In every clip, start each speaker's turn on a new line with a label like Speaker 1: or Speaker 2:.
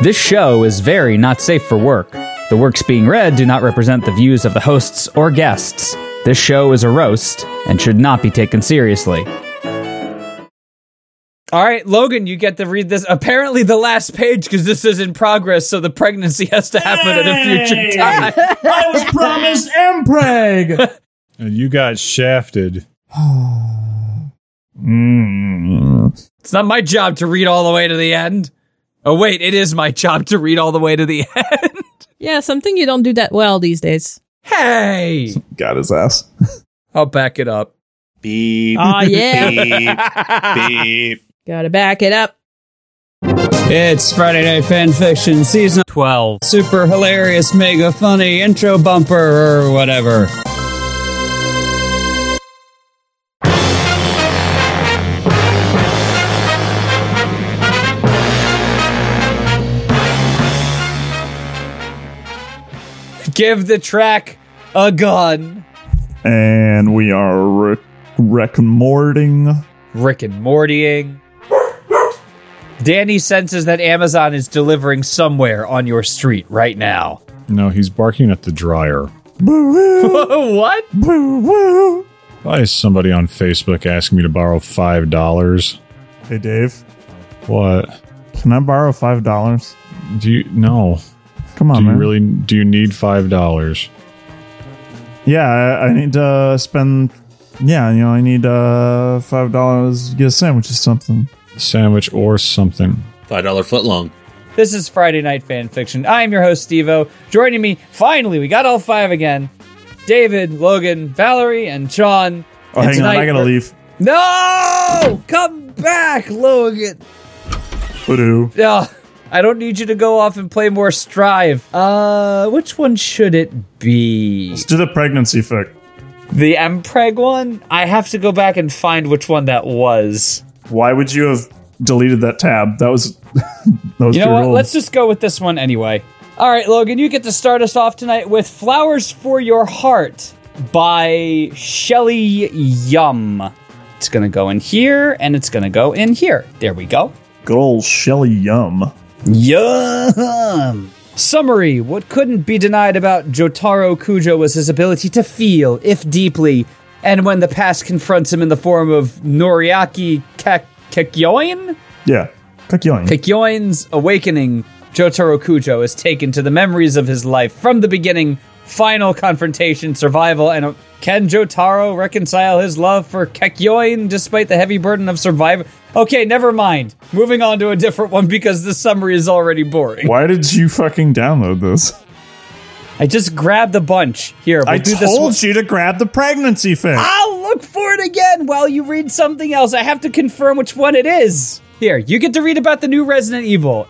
Speaker 1: This show is very not safe for work. The works being read do not represent the views of the hosts or guests. This show is a roast and should not be taken seriously. All right, Logan, you get to read this. Apparently, the last page because this is in progress, so the pregnancy has to happen at a
Speaker 2: Hey!
Speaker 1: future time.
Speaker 2: I was promised Mpreg.
Speaker 3: And you got shafted. Mm.
Speaker 1: It's not my job to read all the way to the end. Oh, wait, it is my job to read all the way to the end.
Speaker 4: Yeah, something you don't do that well these days.
Speaker 1: Hey!
Speaker 5: Got his ass.
Speaker 1: I'll back it up.
Speaker 5: Beep.
Speaker 4: Aw, yeah.
Speaker 5: beep.
Speaker 4: Gotta back it up.
Speaker 6: It's Friday Night Fanfiction Season
Speaker 1: 12.
Speaker 6: Super Hilarious Mega Funny Intro Bumper or whatever.
Speaker 1: Give the track a gun.
Speaker 5: And we are re- recording.
Speaker 1: Rick and Mortying. Danny senses that Amazon is delivering somewhere on your street right now.
Speaker 3: No, he's barking at the dryer.
Speaker 1: what?
Speaker 3: Why is somebody on Facebook asking me to borrow five dollars?
Speaker 5: Hey, Dave,
Speaker 3: What?
Speaker 5: can I borrow five dollars?
Speaker 3: Do you no?
Speaker 5: Come on,
Speaker 3: do you
Speaker 5: man.
Speaker 3: really? Do you need five dollars?
Speaker 5: Yeah, I, I need to spend. Yeah, you know, I need uh five dollars to get a sandwich or something.
Speaker 3: Sandwich or something?
Speaker 7: Five dollar foot long.
Speaker 1: This is Friday Night Fan Fiction. I am your host, Stevo. Joining me, finally, we got all five again. David, Logan, Valerie, and Sean.
Speaker 5: Oh,
Speaker 1: And
Speaker 5: hang on,
Speaker 1: tonight
Speaker 5: I gotta
Speaker 1: we're-
Speaker 5: leave.
Speaker 1: No! Come back, Logan!
Speaker 5: Boo.
Speaker 1: Yeah, I don't need you to go off and play more Strive. Uh, which one should it be?
Speaker 5: Let's do the pregnancy fic.
Speaker 1: The Mpreg one? I have to go back and find which one that was.
Speaker 5: Why would you have deleted that tab? That was that was
Speaker 1: You know
Speaker 5: too
Speaker 1: what?
Speaker 5: old.
Speaker 1: Let's just go with this one anyway. All right, Logan, you get to start us off tonight with Flowers for Your Heart by Shelly Yum. It's going to go in here and it's going to go in here. There we go.
Speaker 5: Good old Shelly Yum.
Speaker 1: Yum! Summary What couldn't be denied about Jotaro Kujo was his ability to feel, if deeply, and when the past confronts him in the form of Noriaki Kak- Kakyoin?
Speaker 5: Yeah, click yoink.
Speaker 1: Kakyoin's awakening, Jotaro Kujo is taken to the memories of his life from the beginning, final confrontation, survival, and uh, can Jotaro reconcile his love for Kakyoin despite the heavy burden of survival? Okay, never mind. Moving on to a different one because the summary is already boring.
Speaker 5: Why did you fucking download this?
Speaker 1: I just grabbed a bunch. Here, we'll
Speaker 5: I
Speaker 1: do
Speaker 5: told
Speaker 1: this one. Ah!
Speaker 5: you to grab the pregnancy fic.
Speaker 1: I'll look for it again while you read something else. I have to confirm which one it is. Here, you get to read about the new Resident Evil.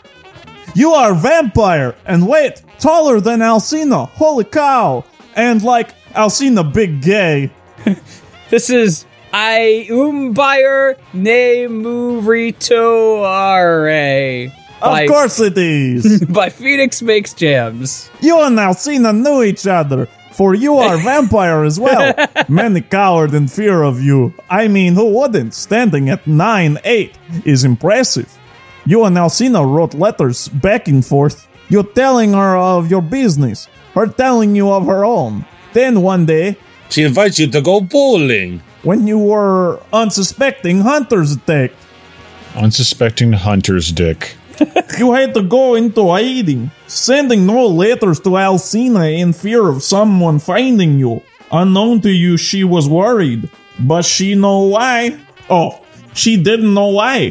Speaker 5: You are a vampire, and wait, taller than Alcina. Holy cow! And like Alcina, big gay.
Speaker 1: This is I Umbayer Nemuritoare. By,
Speaker 5: Of course it is.
Speaker 1: By Phoenix Makes Jams.
Speaker 5: you and Alcina knew each other, for you are a vampire as well. Many cowered in fear of you. I mean, who wouldn't? Standing at nine eight is impressive. You and Alcina wrote letters back and forth. You telling her of your business, her telling you of her own. Then one day,
Speaker 7: She invites you to go bowling.
Speaker 5: when you were unsuspecting, hunters attacked.
Speaker 3: Unsuspecting hunter's dick.
Speaker 5: You had to go into hiding, sending no letters to Alcina in fear of someone finding you. Unknown to you, she was worried, but she know why. Oh, she didn't know why.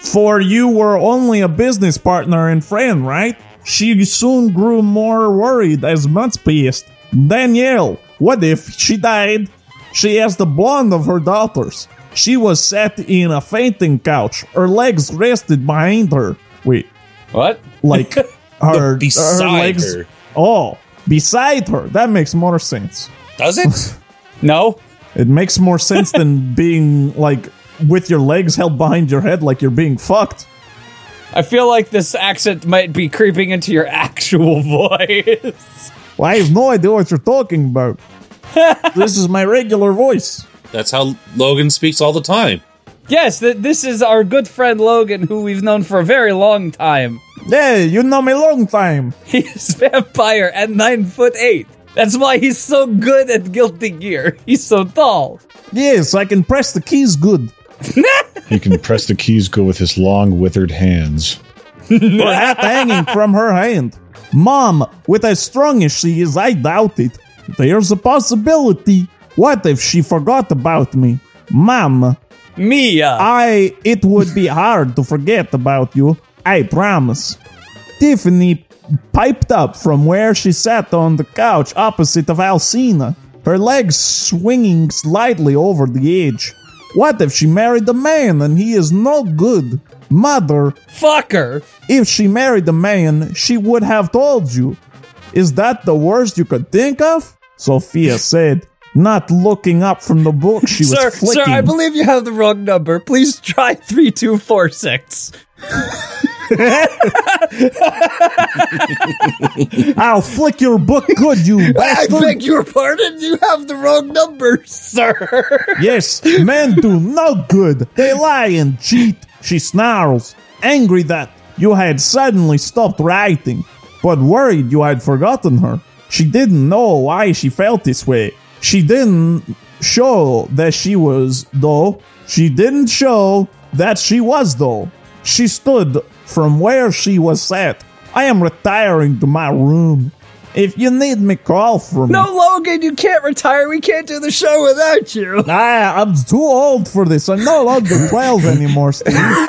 Speaker 5: For you were only a business partner and friend, right? She soon grew more worried as months passed. Danielle, what if she died? She asked the blonde of her daughters. She was sat in a fainting couch, her legs rested behind her. Wait,
Speaker 1: What?
Speaker 5: like her,
Speaker 7: beside
Speaker 5: her legs.
Speaker 7: her.
Speaker 5: Oh, beside her. That makes more sense.
Speaker 7: Does it?
Speaker 1: No?
Speaker 5: It makes more sense than being like with your legs held behind your head, like you're being fucked.
Speaker 1: I feel like this accent might be creeping into your actual voice.
Speaker 5: Well, I have no idea what you're talking about. this is my regular voice.
Speaker 7: That's how Logan speaks all the time.
Speaker 1: yes, th- this is our good friend Logan, who we've known for a very long time.
Speaker 5: Yeah, you know me long time.
Speaker 1: He's vampire at nine foot eight. That's why he's so good at Guilty Gear. He's so tall.
Speaker 5: Yes, I can press the keys good.
Speaker 3: He can press the keys good with his long, withered hands.
Speaker 5: Her hat hanging from her hand. Mom, with as strong as she is, I doubt it. There's a possibility. What if she forgot about me? Mom,
Speaker 1: Mia.
Speaker 5: I it would be hard to forget about you. I promise. Tiffany piped up from where she sat on the couch opposite of Alcina, her legs swinging slightly over the edge. What if she married a man and he is no good? Mother,
Speaker 1: Fucker.
Speaker 5: if she married a man, she would have told you. Is that the worst you could think of? Sophia said, not looking up from the book she was
Speaker 1: Sir,
Speaker 5: flicking.
Speaker 1: sir, I believe you have the wrong number. Please try 3246.
Speaker 5: I'll flick your book good, you
Speaker 1: I
Speaker 5: bastard.
Speaker 1: beg your pardon. You have the wrong number, sir.
Speaker 5: Yes, men do no good. They lie and cheat. She snarls, angry that you had suddenly stopped writing, but worried you had forgotten her. She didn't know why she felt this way. She didn't show that she was, though. She didn't show that she was, though. She stood from where she was sat. I am retiring to my room. If you need me, call for me.
Speaker 1: No, Logan, you can't retire. We can't do the show without you.
Speaker 5: I, I'm too old for this. I'm no longer 12 anymore, Steve.
Speaker 4: Yeah,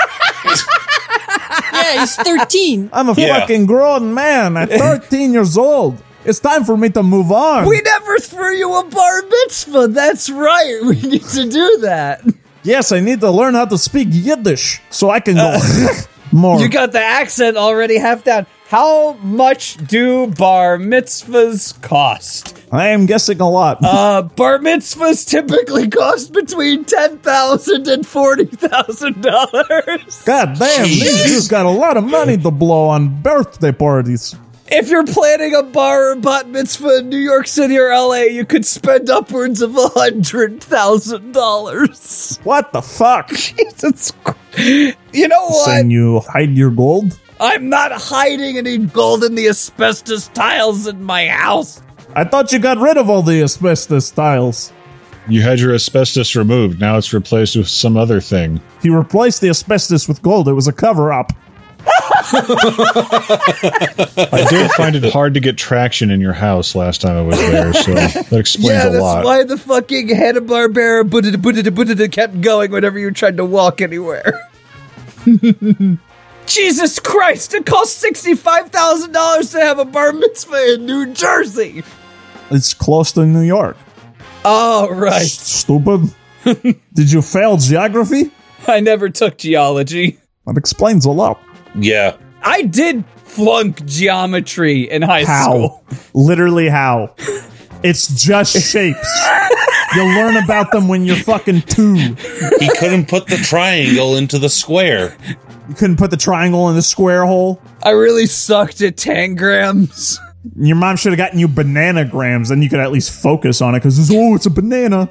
Speaker 4: he's 13.
Speaker 5: I'm a
Speaker 7: Yeah.
Speaker 5: fucking grown man at 13 years old. It's time for me to move on.
Speaker 1: We never threw you a bar mitzvah. That's right. We need to do that.
Speaker 5: yes, I need to learn how to speak Yiddish so I can go more.
Speaker 1: Uh, You got the accent already half down. How much do bar mitzvahs cost?
Speaker 5: I am guessing a lot.
Speaker 1: Uh, bar mitzvahs typically cost between ten thousand and forty thousand dollars.
Speaker 5: God damn, these dudes got a lot of money to blow on birthday parties.
Speaker 1: If you're planning a bar or bat mitzvah in New York City or LA, you could spend upwards of a hundred thousand dollars.
Speaker 5: What the fuck?
Speaker 1: Jesus, Christ. you know what?
Speaker 5: Saying you hide your gold?
Speaker 1: I'm not hiding any gold in the asbestos tiles in my house.
Speaker 5: I thought you got rid of all the asbestos tiles.
Speaker 3: You had your asbestos removed. Now it's replaced with some other thing.
Speaker 5: He replaced the asbestos with gold. It was a cover up.
Speaker 3: I did find it hard to get traction in your house last time I was there, so that explains
Speaker 1: yeah,
Speaker 3: a
Speaker 1: that's
Speaker 3: lot.
Speaker 1: why the fucking Hanna Barbera buddha buddha buddha kept going whenever you tried to walk anywhere. Jesus Christ! It cost sixty-five thousand dollars to have a bar mitzvah in New Jersey.
Speaker 5: It's close to New York.
Speaker 1: All right,
Speaker 5: Stupid. Did you fail geography?
Speaker 1: I never took geology.
Speaker 5: That explains a lot.
Speaker 7: Yeah.
Speaker 1: I did flunk geometry in high
Speaker 5: How?
Speaker 1: school.
Speaker 5: Literally how? It's just shapes. you learn about them when you're fucking two. You
Speaker 7: He couldn't put the triangle into the square.
Speaker 5: couldn't put the triangle in the square hole.
Speaker 1: I really sucked at tangrams.
Speaker 5: Your mom should have gotten you banana grams, then you could at least focus on it because, oh, it's a banana.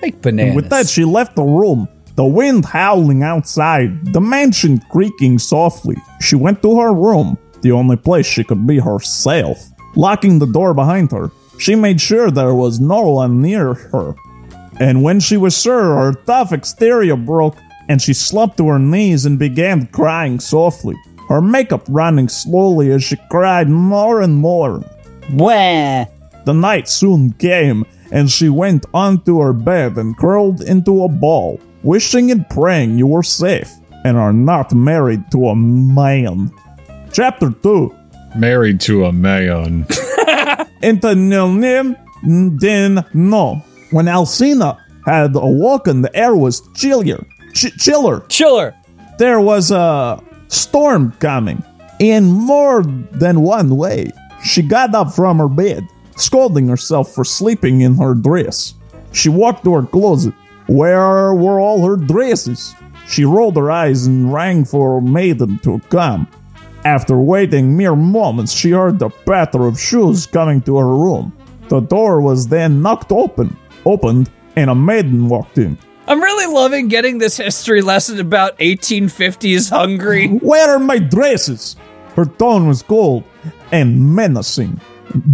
Speaker 1: Like bananas.
Speaker 5: With that, she left the room, the wind howling outside, the mansion creaking softly. She went to her room, the only place she could be herself, locking the door behind her. She made sure there was no one near her. And when she was sure, her tough exterior broke and she slumped to her knees and began crying softly, her makeup running slowly as she cried more and more.
Speaker 6: Where?
Speaker 5: The night soon came, and she went onto her bed and curled into a ball, wishing and praying you were safe and are not married to a man. Chapter 2
Speaker 3: Married to a man.
Speaker 5: Intanonym Din No. When Alcina had awoken, the air was chillier. Ch- chiller.
Speaker 1: Chiller.
Speaker 5: there was a storm coming in more than one way. She got up from her bed, scolding herself for sleeping in her dress. She walked to her closet. Where were all her dresses? She rolled her eyes and rang for her maiden to come. After waiting mere moments, she heard the patter of shoes coming to her room. The door was then knocked open, opened, and a maiden walked in.
Speaker 1: I'm really loving getting this history lesson about 1850s Hungary.
Speaker 5: Where are my dresses? Her tone was cold and menacing.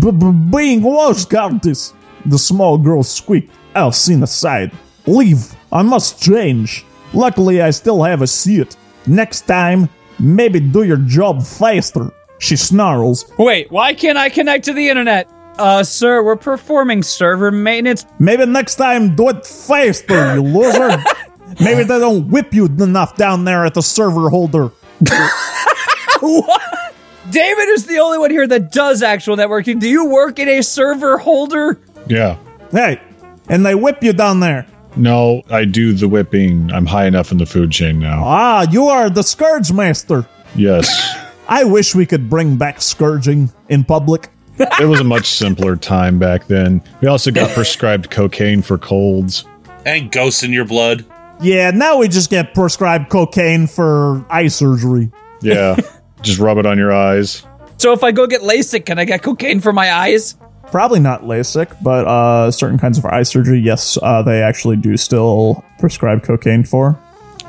Speaker 5: B-b-being washed countess, the small girl squeaked. Alcina sighed. Leave. I must change. Luckily, I still have a seat. Next time, maybe do your job faster. She snarls.
Speaker 1: Wait, why can't I connect to the internet? Uh, sir, we're performing server maintenance.
Speaker 5: Maybe next time, do it faster, you loser. Maybe they don't whip you enough down there at the server holder.
Speaker 1: David is the only one here that does actual networking. Do you work in a server holder?
Speaker 3: Yeah.
Speaker 5: Hey, and they whip you down there.
Speaker 3: No, I do the whipping. I'm high enough in the food chain now.
Speaker 5: Ah, you are the Scourge Master.
Speaker 3: Yes.
Speaker 5: I wish we could bring back scourging in public.
Speaker 3: It was a much simpler time back then. We also got prescribed cocaine for colds.
Speaker 7: And ghosts in your blood.
Speaker 5: Yeah, now we just get prescribed cocaine for eye surgery.
Speaker 3: Yeah. Just rub it on your eyes.
Speaker 1: So if I go get LASIK, can I get cocaine for my eyes?
Speaker 5: Probably not LASIK, but uh, certain kinds of eye surgery, yes, uh, they actually do still prescribe cocaine for.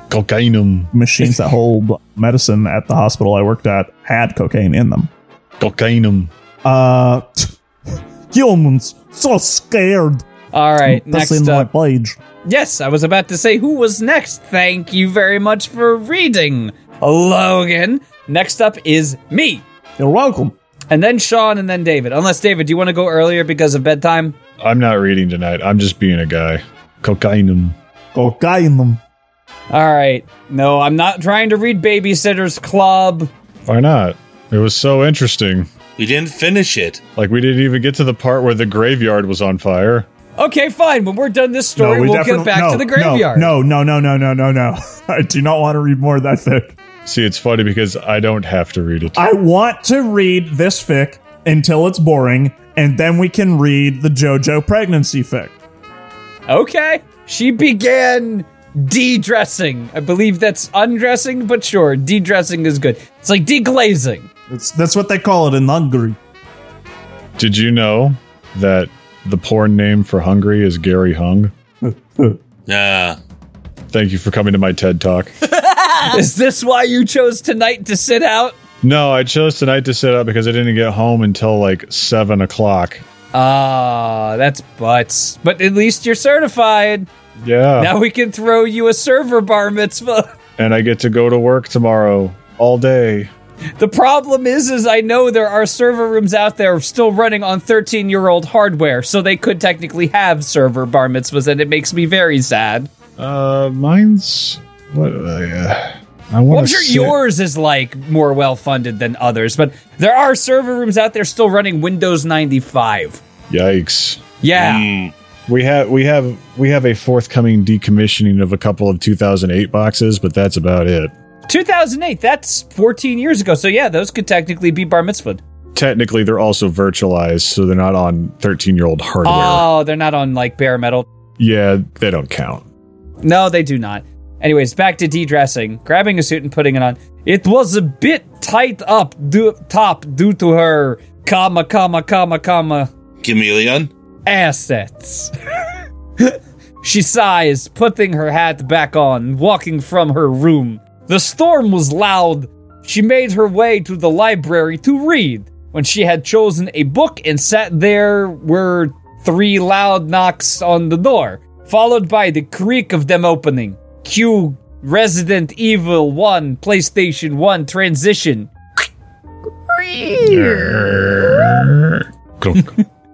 Speaker 3: Cocainum.
Speaker 5: Machines that hold medicine at the hospital I worked at had cocaine in them.
Speaker 3: Cocainum.
Speaker 5: Uh, humans, so scared.
Speaker 1: All right,
Speaker 5: That's
Speaker 1: next
Speaker 5: in
Speaker 1: up.
Speaker 5: my page.
Speaker 1: Yes, I was about to say who was next. Thank you very much for reading, Logan. Next up is me,
Speaker 5: You're welcome.
Speaker 1: and then Sean, and then David. Unless, David, do you want to go earlier because of bedtime?
Speaker 3: I'm not reading tonight. I'm just being a guy. Cocainum.
Speaker 5: Cocaine them.
Speaker 1: All right. No, I'm not trying to read Babysitter's Club.
Speaker 3: Why not? It was so interesting.
Speaker 7: We didn't finish it.
Speaker 3: Like we didn't even get to the part where the graveyard was on fire.
Speaker 1: Okay, fine. When we're done this story, we'll get
Speaker 5: definitely-
Speaker 1: back
Speaker 5: no,
Speaker 1: to the graveyard.
Speaker 5: No, no, no, no, no, no, no. I do not want to read more of that fic.
Speaker 3: See, it's funny because I don't have to read it.
Speaker 5: I want to read this fic until it's boring, and then we can read the JoJo pregnancy fic.
Speaker 1: Okay. She began de-dressing. I believe that's undressing, but sure, de-dressing is good. It's like deglazing.
Speaker 5: That's, that's what they call it in Hungary.
Speaker 3: Did you know that the porn name for Hungary is Gary Hung?
Speaker 7: Nah.
Speaker 3: Thank you for coming to my TED talk.
Speaker 1: Is this why you chose tonight to sit out?
Speaker 3: no, I chose tonight to sit up because I didn't get home until like seven o'clock.
Speaker 1: Ah, that's butts. But at least you're certified.
Speaker 3: Yeah.
Speaker 1: Now we can throw you a server bar mitzvah.
Speaker 3: And I get to go to work tomorrow all day.
Speaker 1: The problem is, is I know there are server rooms out there still running on 13 year old hardware, so they could technically have server bar mitzvahs, and it makes me very sad.
Speaker 3: Uh, mine's what? Uh, I want
Speaker 1: Well, I'm sure yours is like more well funded than others, but there are server rooms out there still running Windows 95.
Speaker 3: Yikes.
Speaker 1: Yeah.
Speaker 3: We have we have we have a forthcoming decommissioning of a couple of 2008 boxes, but that's about it.
Speaker 1: 2008, that's 14 years ago. So, yeah, those could technically be bar mitzvahed.
Speaker 3: Technically, they're also virtualized, so they're not on 13 year old hardware.
Speaker 1: Oh, they're not on like bare metal.
Speaker 3: yeah, they don't count.
Speaker 1: No, they do not. Anyways, back to de dressing, grabbing a suit and putting it on. It was a bit tight up du- top due to her comma, comma, comma, comma.
Speaker 7: Chameleon.
Speaker 1: assets. she sighs, putting her hat back on, walking from her room. The storm was loud. She made her way to the library to read. When she had chosen a book and sat there were three loud knocks on the door, followed by the creak of them opening. Cue Resident Evil 1 PlayStation 1 transition.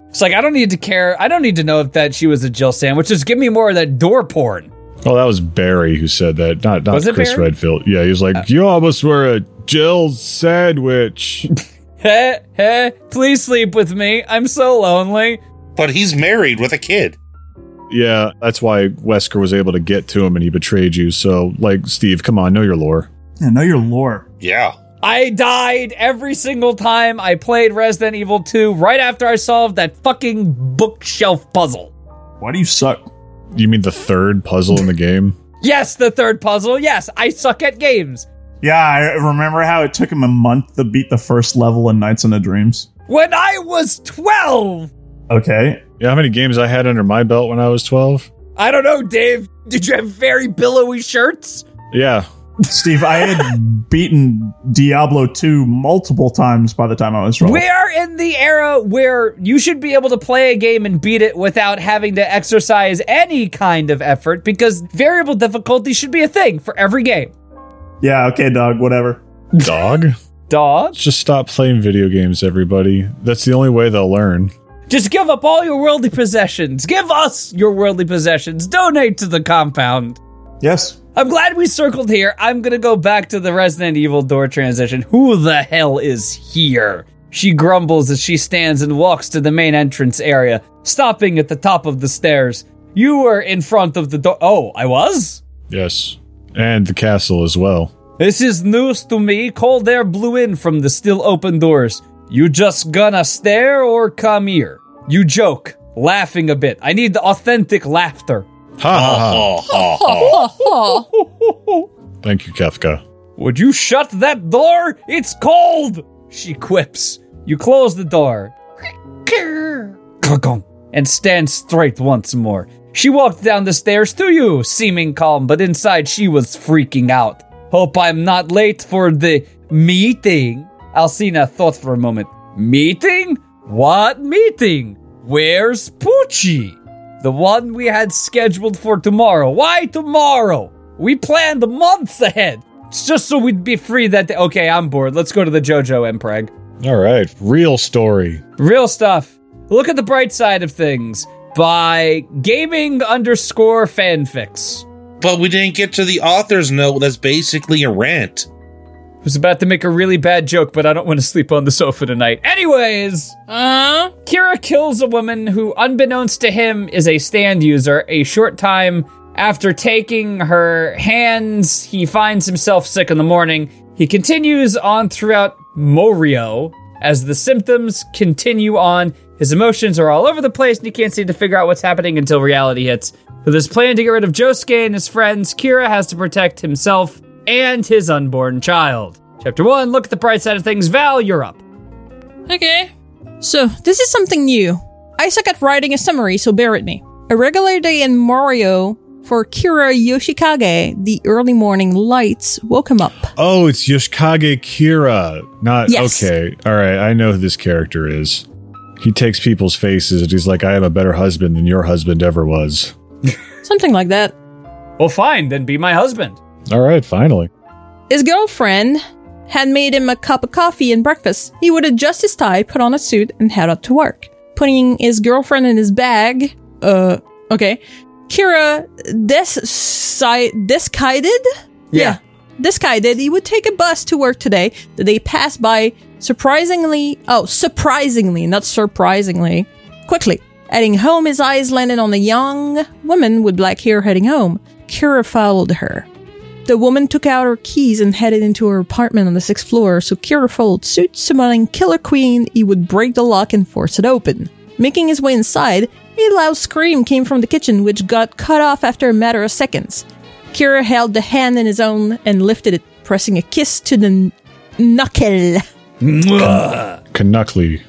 Speaker 1: It's like I don't need to care. I don't need to know if that she was a Jill sandwich. Just give me more of that door porn.
Speaker 3: Oh, that was Barry who said that, not not
Speaker 1: Was it
Speaker 3: Chris
Speaker 1: Barry?
Speaker 3: Redfield. Yeah, he was like, "You almost were a Jill sandwich."
Speaker 1: Heh heh, please sleep with me. I'm so lonely.
Speaker 7: But he's married with a kid.
Speaker 3: yeah, that's why Wesker was able to get to him, and he betrayed you. So, like, Steve, come on, know your lore.
Speaker 5: I know your lore.
Speaker 7: Yeah.
Speaker 1: I died every single time I played Resident Evil 2 right after I solved that fucking bookshelf puzzle.
Speaker 5: Why do you suck?
Speaker 3: You mean the third puzzle in the game?
Speaker 1: Yes, the third puzzle. Yes, I suck at games.
Speaker 5: Yeah, I remember how it took him a month to beat the first level in Nights into Dreams.
Speaker 1: When I was 12,
Speaker 5: Okay.
Speaker 3: You know how many games I had under my belt when I was twelve?
Speaker 1: I don't know, Dave. Did you have very billowy shirts?
Speaker 3: Yeah.
Speaker 5: Steve, I had beaten Diablo 2 multiple times by the time I was rolling.
Speaker 1: We are in the era where you should be able to play a game and beat it without having to exercise any kind of effort because variable difficulty should be a thing for every game.
Speaker 5: Yeah, okay, dog, whatever.
Speaker 3: Dog?
Speaker 1: Dog,
Speaker 3: Just stop playing video games, everybody. That's the only way they'll learn.
Speaker 1: just give up all your worldly possessions. Give us your worldly possessions. Donate to the compound.
Speaker 5: Yes.
Speaker 1: I'm glad we circled here. I'm gonna go back to the Resident Evil door transition. Who the hell is here? She grumbles as she stands and walks to the main entrance area, stopping at the top of the stairs. You were in front of the door. Oh, I was?
Speaker 3: Yes. And the castle as well.
Speaker 1: This is news to me. Cold air blew in from the still open doors. You just gonna stare or come here? You joke, laughing a bit. I need the authentic laughter.
Speaker 3: Ha ha ha.
Speaker 7: Oh, oh, oh.
Speaker 3: Thank you, Kefka.
Speaker 1: Would you shut that door? It's cold! She quips. You close the door. Clunk-clunk, And stand straight once more. She walked down the stairs to you, seeming calm, but inside she was freaking out. Hope I'm not late for the meeting. Alcina thought for a moment. Meeting? What meeting? Where's Poochie? The one we had scheduled for tomorrow. Why tomorrow? We planned months ahead. It's just so we'd be free that day. Okay, I'm bored. Let's go to the JoJo Empreg.
Speaker 3: All right. Real story.
Speaker 1: Real stuff. Look at the bright side of things by gaming underscore fanfics.
Speaker 7: But we didn't get to the author's note. That's basically a rant.
Speaker 1: I was about to make a really bad joke, but I don't want to sleep on the sofa tonight. Anyways,
Speaker 4: Uh,
Speaker 1: Kira kills a woman who, unbeknownst to him, is a stand user. A short time after taking her hands, he finds himself sick in the morning. He continues on throughout Morio as the symptoms continue on. His emotions are all over the place and he can't seem to figure out what's happening until reality hits. With his plan to get rid of Josuke and his friends, Kira has to protect himself and his unborn child. Chapter 1 Look at the bright side of things. Val, you're up.
Speaker 4: Okay. So, this is something new. I suck at writing a summary, so bear with me. A regular day in Mario for Kira Yoshikage, the early morning lights woke him up.
Speaker 3: Oh, it's Yoshikage Kira. Not
Speaker 4: Yes.
Speaker 3: okay. All right, I know who this character is. He takes people's faces and he's like, "I am a better husband than your husband ever was."
Speaker 4: Something like that.
Speaker 1: Well, fine, then be my husband.
Speaker 3: All right, finally.
Speaker 4: His girlfriend had made him a cup of coffee and breakfast. He would adjust his tie, put on a suit, and head out to work. Putting his girlfriend in his bag, uh, okay. Kira desi- disguided?
Speaker 1: Yeah.
Speaker 4: Disguided, he would take a bus to work today. The day passed by surprisingly, oh, surprisingly, not surprisingly, quickly. Heading home, his eyes landed on a young woman with black hair heading home. Kira followed her. The woman took out her keys and headed into her apartment on the sixth floor, so Kira followed suit, summoning Killer Queen, he would break the lock and force it open. Making his way inside, a loud scream came from the kitchen, which got cut off after a matter of seconds. Kira held the hand in his own and lifted it, pressing a kiss to the kn- knuckle.
Speaker 3: Knuckly.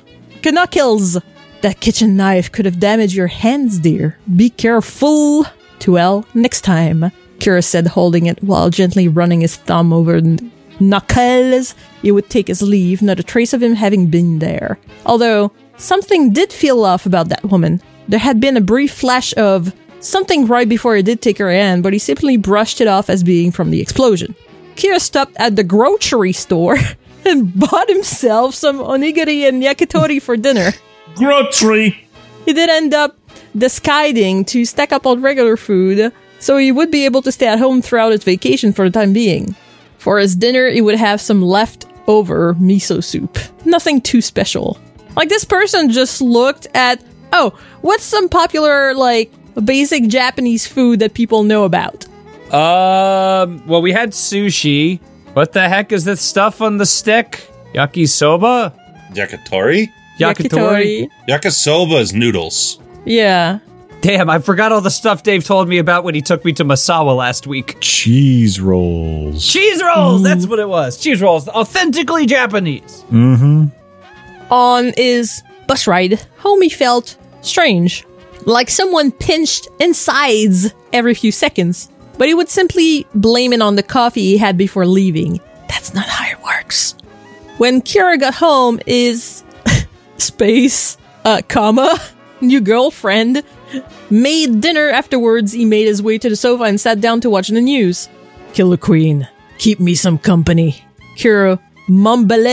Speaker 4: Knuckles! That kitchen knife could have damaged your hands, dear. Be careful! To L next time, Kira said, holding it while gently running his thumb over n- Knuckles. It would take his leave, not a trace of him having been there. Although, something did feel off about that woman. There had been a brief flash of something right before he did take her hand, but he simply brushed it off as being from the explosion. Kira stopped at the grocery store and bought himself some onigiri and yakitori for dinner.
Speaker 5: Grocery.
Speaker 4: He did end up disguiding to stack up on regular food, so he would be able to stay at home throughout his vacation for the time being. For his dinner, he would have some leftover miso soup. Nothing too special. Like this person just looked at, oh, what's some popular like basic Japanese food that people know about?
Speaker 1: Um. Well, we had sushi. What the heck is this stuff on the stick? Yakisoba?
Speaker 7: Yakitori?
Speaker 1: Yakitori?
Speaker 7: Yakisoba's noodles.
Speaker 4: Yeah.
Speaker 1: Damn, I forgot all the stuff Dave told me about when he took me to Masawa last week.
Speaker 3: Cheese rolls.
Speaker 1: Cheese rolls! That's what it was. Cheese rolls. Authentically Japanese.
Speaker 4: on his bus ride home, he felt strange. like someone pinched insides every few seconds, but he would simply blame it on the coffee he had before leaving. That's not how it works. When Kira got home, his space, uh, comma, new girlfriend made dinner afterwards. He made his way to the sofa and sat down to watch the news. Killer Queen, keep me some company. Kira mumbled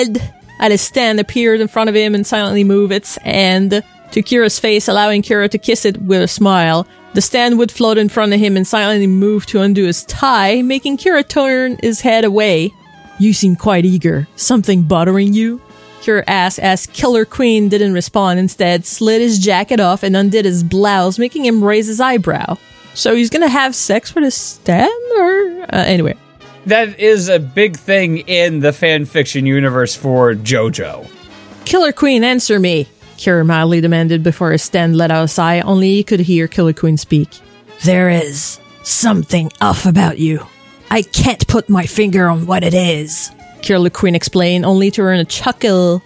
Speaker 4: at his stand, appeared in front of him and silently moved its hand to Kira's face, allowing Kira to kiss it with a smile. The stand would float in front of him and silently move to undo his tie, making Kira turn his head away. You seem quite eager. Something bothering you? Kira asked as Killer Queen didn't respond, instead slid his jacket off and undid his blouse, making him raise his eyebrow. So he's gonna have sex with his stand, or uh, anyway.
Speaker 1: That is a big thing in the fanfiction universe for JoJo.
Speaker 4: Killer Queen, answer me! Kira mildly demanded before his stand let out a sigh. Only he could hear Killer Queen speak. There is something off about you. I can't put my finger on what it is. Killer Queen explained, only to earn a chuckle.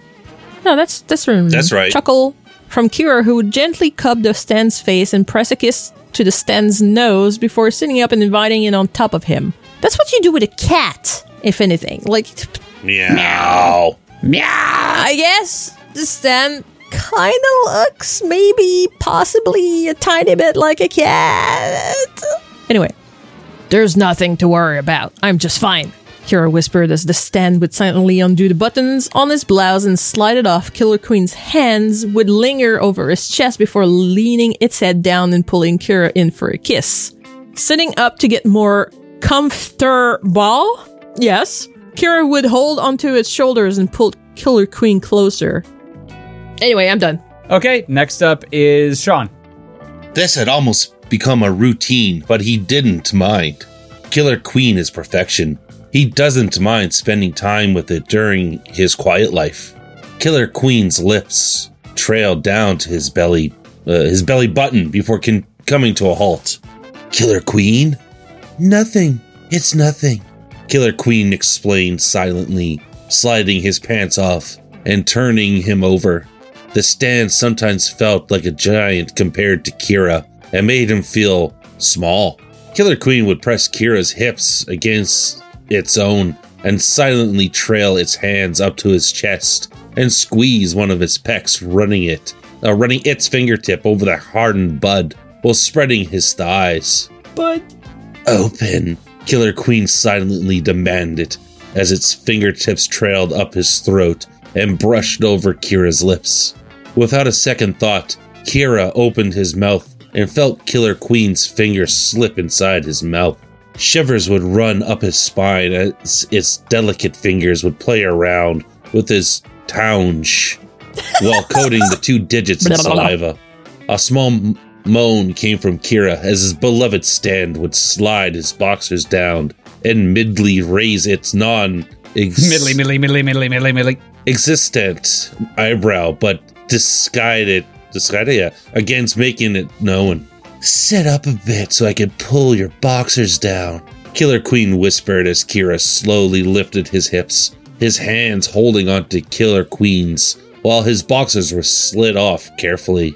Speaker 4: No, that's that's her name.
Speaker 7: That's right.
Speaker 4: Chuckle from Kira, who gently cupped the stand's face and pressed a kiss to the stand's nose before sitting up and inviting it on top of him. That's what you do with a cat, if anything. Like
Speaker 7: Meow.
Speaker 4: I guess the stand kind of looks maybe possibly a tiny bit like a cat. Anyway, there's nothing to worry about. I'm just fine. Kira whispered as the stand would silently undo the buttons on his blouse and slide it off. Killer Queen's hands would linger over his chest before leaning its head down and pulling Kira in for a kiss. Sitting up to get more comfortable? Yes. Kira would hold onto its shoulders and pull Killer Queen closer. Anyway, I'm done.
Speaker 1: Okay, next up is Sean.
Speaker 7: This had almost become a routine, but he didn't mind. Killer Queen is perfection. He doesn't mind spending time with it during his quiet life. Killer Queen's lips trailed down to his belly, uh, his belly button before con- coming to a halt. Killer Queen? Nothing. It's nothing. Killer Queen explained silently, sliding his pants off and turning him over. The stand sometimes felt like a giant compared to Kira and made him feel small. Killer Queen would press Kira's hips against its own and silently trail its hands up to his chest and squeeze one of his pecs, running it, uh, running its fingertip over the hardened bud while spreading his thighs.
Speaker 5: But
Speaker 7: Open, Killer Queen silently demanded as its fingertips trailed up his throat and brushed over Kira's lips. Without a second thought, Kira opened his mouth and felt Killer Queen's fingers slip inside his mouth. Shivers would run up his spine as its delicate fingers would play around with his tounge while coating the two digits in saliva. A small m- moan came from Kira as his beloved stand would slide his boxers down and midly raise its non
Speaker 1: Middly, middly, middly, middly, middly, middly.
Speaker 7: existent eyebrow, but disguise it, disguise it, yeah, against making it known. Sit up a bit so I can pull your boxers down. Killer Queen whispered as Kira slowly lifted his hips, his hands holding onto Killer Queen's, while his boxers were slid off carefully.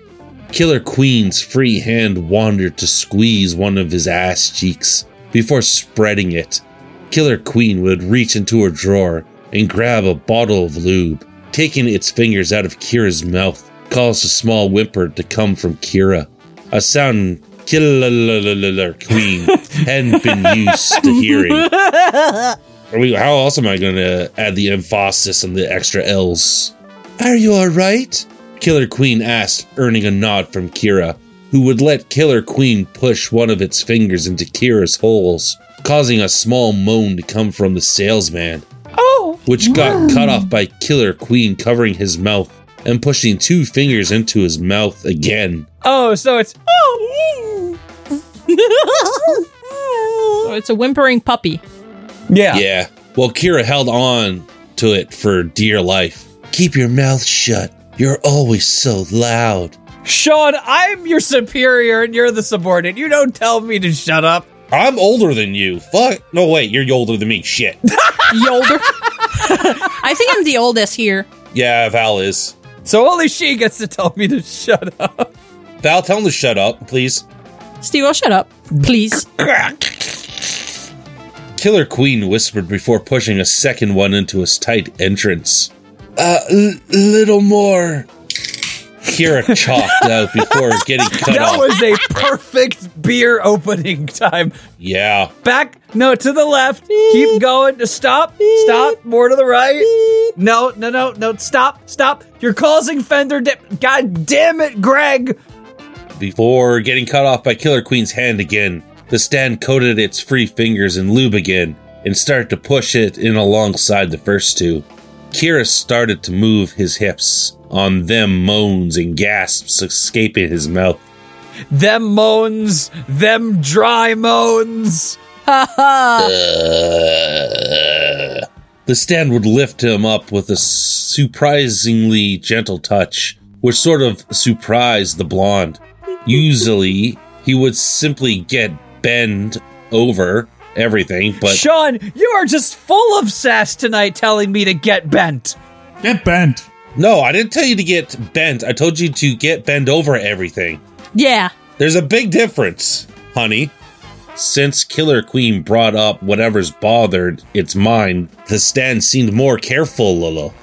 Speaker 7: Killer Queen's free hand wandered to squeeze one of his ass cheeks before spreading it. Killer Queen would reach into her drawer and grab a bottle of lube, taking its fingers out of Kira's mouth, caused a small whimper to come from Kira. A sound Killer Queen hadn't been used to hearing. I mean, how else am I going to add the emphasis and the extra L's? Are you alright? Killer Queen asked, earning a nod from Kira, who would let Killer Queen push one of its fingers into Kira's holes, causing a small moan to come from the salesman. Oh! Which got cut off by Killer Queen covering his mouth and pushing two fingers into his mouth again.
Speaker 1: Oh, so it's
Speaker 4: So it's a whimpering puppy.
Speaker 1: yeah.
Speaker 7: Yeah. Well, Kira held on to it for dear life. Keep your mouth shut. You're always so loud.
Speaker 1: Sean, I'm your superior and you're the subordinate. You don't tell me to shut up.
Speaker 7: I'm older than you. Fuck. No, wait. You're older than me. Shit.
Speaker 4: The older. I think I'm the oldest here.
Speaker 7: yeah, Val is.
Speaker 1: So only she gets to tell me to shut up.
Speaker 7: Val, tell him to shut up, please.
Speaker 4: Steve, oh, shut up, please.
Speaker 7: Killer Queen whispered before pushing a second one into his tight entrance. Uh, l- little more. Kira chalked out before getting cut
Speaker 1: That
Speaker 7: off.
Speaker 1: was a perfect beer opening time.
Speaker 7: yeah.
Speaker 1: Back, no, to the left. Keep going. Stop, stop. More to the right. No, no, no, no. Stop, stop. You're causing fender dip. God damn it, Greg.
Speaker 7: Before getting cut off by Killer Queen's hand again, the stand coated its free fingers in lube again and started to push it in alongside the first two. Kira started to move his hips on them moans and gasps escaping his mouth.
Speaker 1: Them moans, them dry moans.
Speaker 7: The stand would lift him up with a surprisingly gentle touch, which sort of surprised the blonde. Usually, he would simply get bend over everything, but
Speaker 1: Sean, you are just full of sass tonight telling me to get bent.
Speaker 2: Get bent.
Speaker 7: no, I didn't tell you to get bent. I told you to get bend over everything.
Speaker 4: yeah.
Speaker 7: There's a big difference, honey. Since Killer Queen brought up whatever's bothered its mind, the stand seemed more careful, Lolo.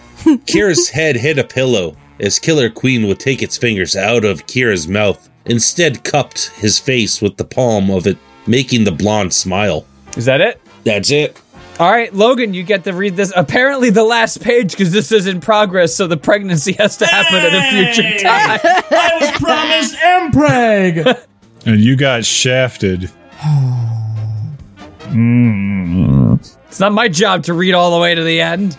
Speaker 7: Kira's head hit a pillow as Killer Queen would take its fingers out of Kira's mouth, instead, cupped his face with the palm of it, making the blonde smile.
Speaker 1: Is that it?
Speaker 7: That's it.
Speaker 1: All right, Logan, you get to read this. Apparently, the last page because this is in progress, so the pregnancy has to happen at a future time.
Speaker 2: I was promised Mpreg.
Speaker 3: And you got shafted.
Speaker 1: it's not my job to read all the way to the end.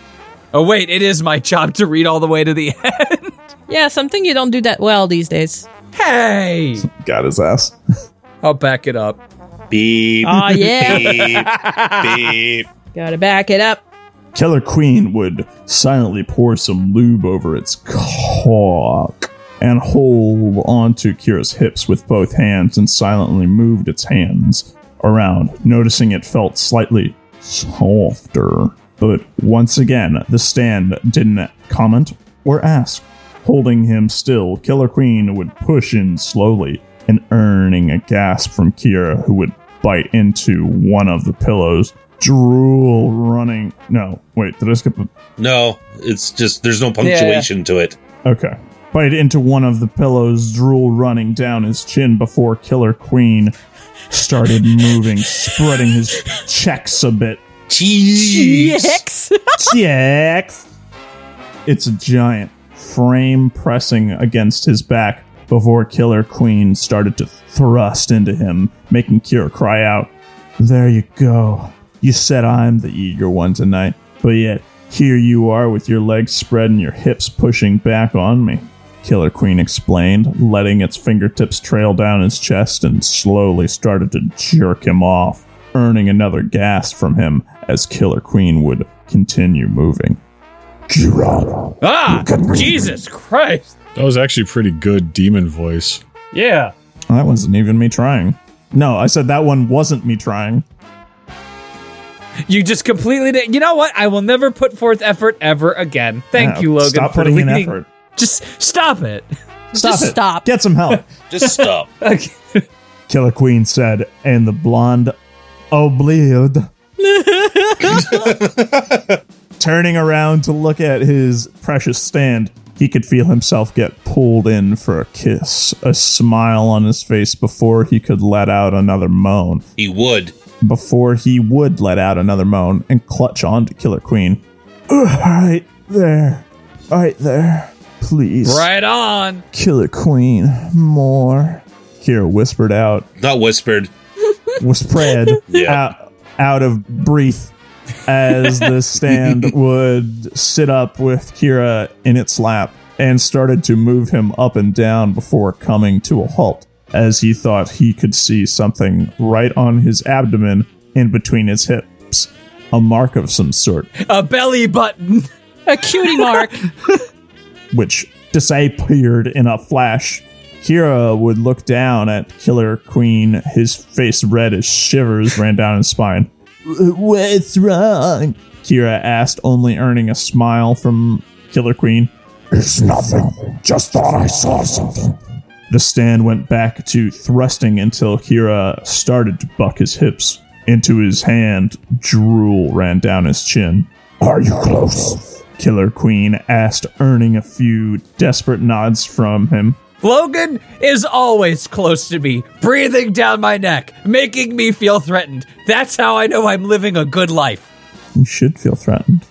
Speaker 1: Oh wait, it is my job to read all the way to the end.
Speaker 4: Yeah, something you don't do that well these days.
Speaker 1: hey,
Speaker 5: Got his ass.
Speaker 1: I'll back it up.
Speaker 7: Beep.
Speaker 4: Oh, yeah.
Speaker 7: Beep. beep.
Speaker 4: Gotta back it up.
Speaker 5: Killer Queen would silently pour some lube over its cock and hold onto Kira's hips with both hands and silently moved its hands around, noticing it felt slightly softer. But once again, the stand didn't comment or ask. Holding him still, Killer Queen would push in slowly and earning a gasp from Kira, who would bite into one of the pillows, drool running. No, wait, did I skip a
Speaker 7: No, it's just there's no punctuation to it.
Speaker 5: Okay. Bite into one of the pillows, drool running down his chin before Killer Queen started moving, spreading his checks a bit.
Speaker 7: Cheese.
Speaker 4: Yes.
Speaker 5: Checks! It's a giant frame pressing against his back before Killer Queen started to thrust into him, making Kira cry out, There you go. You said I'm the eager one tonight, but yet here you are with your legs spread and your hips pushing back on me. Killer Queen explained, letting its fingertips trail down his chest and slowly started to jerk him off, earning another gasp from him as Killer Queen would continue moving. Kira,
Speaker 1: Ah, Jesus Christ!
Speaker 3: That was actually pretty good demon voice.
Speaker 1: Yeah,
Speaker 5: That wasn't even me trying. No, I said that one wasn't me trying.
Speaker 1: you just completely did. You know what? I will never put forth effort ever again. Thank
Speaker 5: Yeah,
Speaker 1: you, Logan.
Speaker 5: Uh, Stop
Speaker 1: for
Speaker 5: putting in
Speaker 1: leading-
Speaker 5: effort.
Speaker 1: Just stop it.
Speaker 5: Stop
Speaker 4: Just
Speaker 5: it.
Speaker 4: stop.
Speaker 5: Get some help.
Speaker 7: Just stop.
Speaker 1: Okay.
Speaker 5: Killer Queen said, and the blonde oblied. Turning around to look at his precious stand, he could feel himself get pulled in for a kiss, a smile on his face before he could let out another moan,
Speaker 7: He would.
Speaker 5: before he would let out another moan and clutch onto Killer Queen. Right there. Right there. Please.
Speaker 1: Right on.
Speaker 5: Killer Queen. More. Kira whispered out
Speaker 7: Not whispered.
Speaker 5: was spread
Speaker 7: Yeah.
Speaker 5: out, out of breath as the stand would sit up with Kira in its lap and started to move him up and down before coming to a halt as he thought he could see something right on his abdomen in between his hips a mark of some sort
Speaker 1: A belly button.
Speaker 4: A cutie mark.
Speaker 5: which disappeared in a flash. Kira would look down at Killer Queen. His face red as shivers ran down his spine. What's wrong? Kira asked, only earning a smile from Killer Queen. It's nothing. Just thought I saw something. The stand went back to thrusting until Kira started to buck his hips into his hand. Drool ran down his chin. Are you close? Killer Queen asked, earning a few desperate nods from him.
Speaker 1: Logan is always close to me, breathing down my neck, making me feel threatened. That's how I know I'm living a good life.
Speaker 5: You should feel threatened.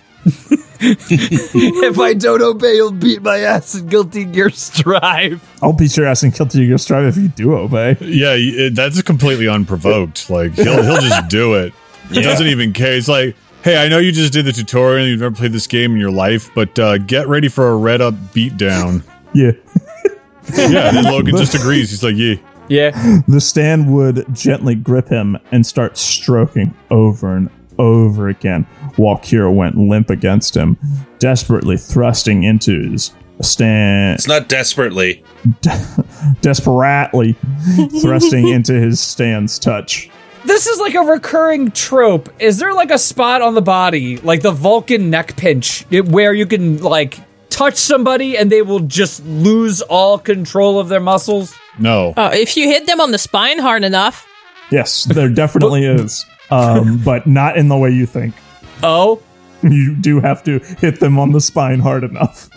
Speaker 1: if I don't obey, you'll beat my ass in Guilty Gear Strive.
Speaker 5: I'll beat your ass and kill till you go strive if you do obey.
Speaker 3: Yeah, it, that's completely unprovoked. Like he'll he'll just do it. He doesn't even care. It's like, hey, I know you just did the tutorial. and You've never played this game in your life, but uh, get ready for a red up beatdown.
Speaker 5: Yeah.
Speaker 3: yeah, then Logan just agrees. He's like, yeah.
Speaker 1: Yeah.
Speaker 5: The stand would gently grip him and start stroking over and over again while Kira went limp against him, desperately thrusting into his stand,
Speaker 7: It's not desperately.
Speaker 5: desperately thrusting into his stand's touch.
Speaker 1: This is like a recurring trope. Is there like a spot on the body, like the Vulcan neck pinch, it- where you can like touch somebody and they will just lose all control of their muscles?
Speaker 3: No.
Speaker 4: Oh, if you hit them on the spine hard enough.
Speaker 5: Yes, there definitely is, um, but not in the way you think.
Speaker 1: Oh,
Speaker 5: You do have to hit them on the spine hard enough.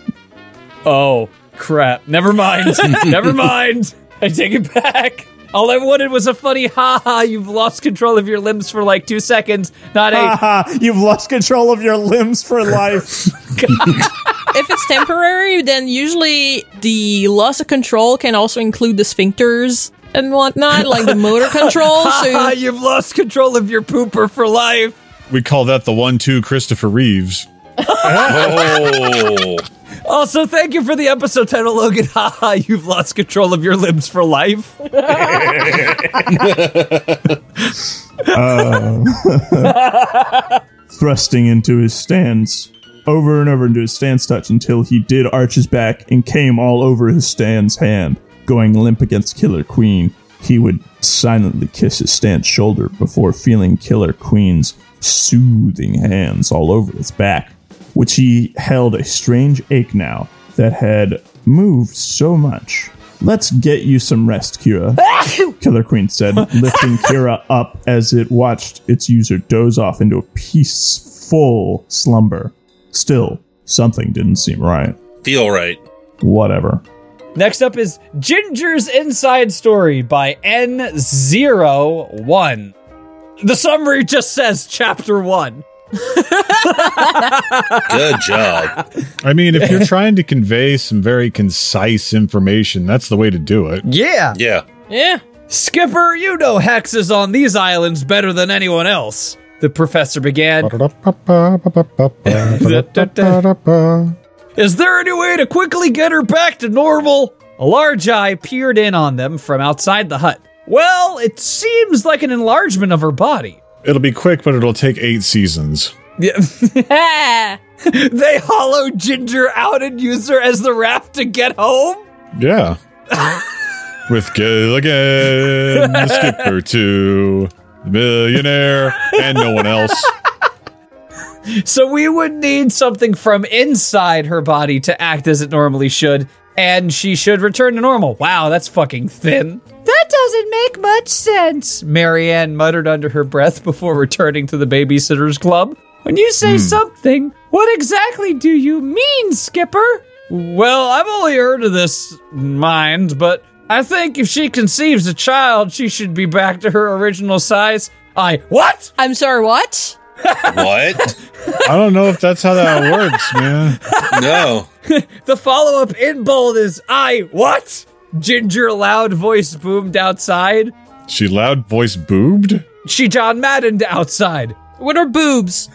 Speaker 1: oh, crap. Never mind. Never mind. I take it back. All I wanted was a funny ha ha, you've lost control of your limbs for like two seconds, not a
Speaker 5: Haha, You've lost control of your limbs for life.
Speaker 4: If it's temporary, then usually the loss of control can also include the sphincters and whatnot, like the motor control.
Speaker 1: ha,
Speaker 4: So
Speaker 1: you've lost control of your pooper for life.
Speaker 3: We call that the one two Christopher Reeves.
Speaker 7: Oh,
Speaker 1: Also, thank you for the episode title, Logan. Haha, you've lost control of your limbs for life.
Speaker 5: thrusting into his stance over and over into his stance touch until he did arch his back and came all over his stand's hand, going limp against Killer Queen. He would silently kiss his stand's shoulder before feeling Killer Queen's soothing hands all over his back, which he held a strange ache now that had moved so much. Let's get you some rest, Kira. Killer Queen said, lifting Kira up as it watched its user doze off into a peaceful slumber. Still, something didn't seem right.
Speaker 7: feel right.
Speaker 5: Whatever.
Speaker 1: Next up is Ginger's Inside Story by N01. The summary just says chapter one.
Speaker 7: Good job.
Speaker 3: I mean, if you're trying to convey some very concise information, that's the way to do it.
Speaker 1: Yeah.
Speaker 7: Yeah.
Speaker 4: yeah.
Speaker 1: Skipper, you know Hex is on these islands better than anyone else. The professor began. Is there any way to quickly get her back to normal? A large eye peered in on them from outside the hut. Well, it seems like an enlargement of her body.
Speaker 3: It'll be quick, but it'll take eight seasons.
Speaker 1: Yeah.
Speaker 4: Ah.
Speaker 1: they hollow Ginger out and use her as the raft to get home?
Speaker 3: Yeah. With Gilligan, the skipper two, the millionaire, and no one else.
Speaker 1: So we would need something from inside her body to act as it normally should, and she should return to normal. Wow, that's fucking thin. That doesn't make much sense, Marianne muttered under her breath before returning to the babysitters club. When you say something, what exactly do you mean, Skipper? Well, I've only heard of this mind, but I think if she conceives a child, she should be back to her original size. I what?
Speaker 4: I'm sorry, what?
Speaker 7: What?
Speaker 3: I don't know if that's how that works, man.
Speaker 7: No.
Speaker 1: The follow up in bold is I what? Ginger loud voice boomed outside.
Speaker 3: She loud voice boobed?
Speaker 1: She John Maddened outside.
Speaker 4: What are boobs?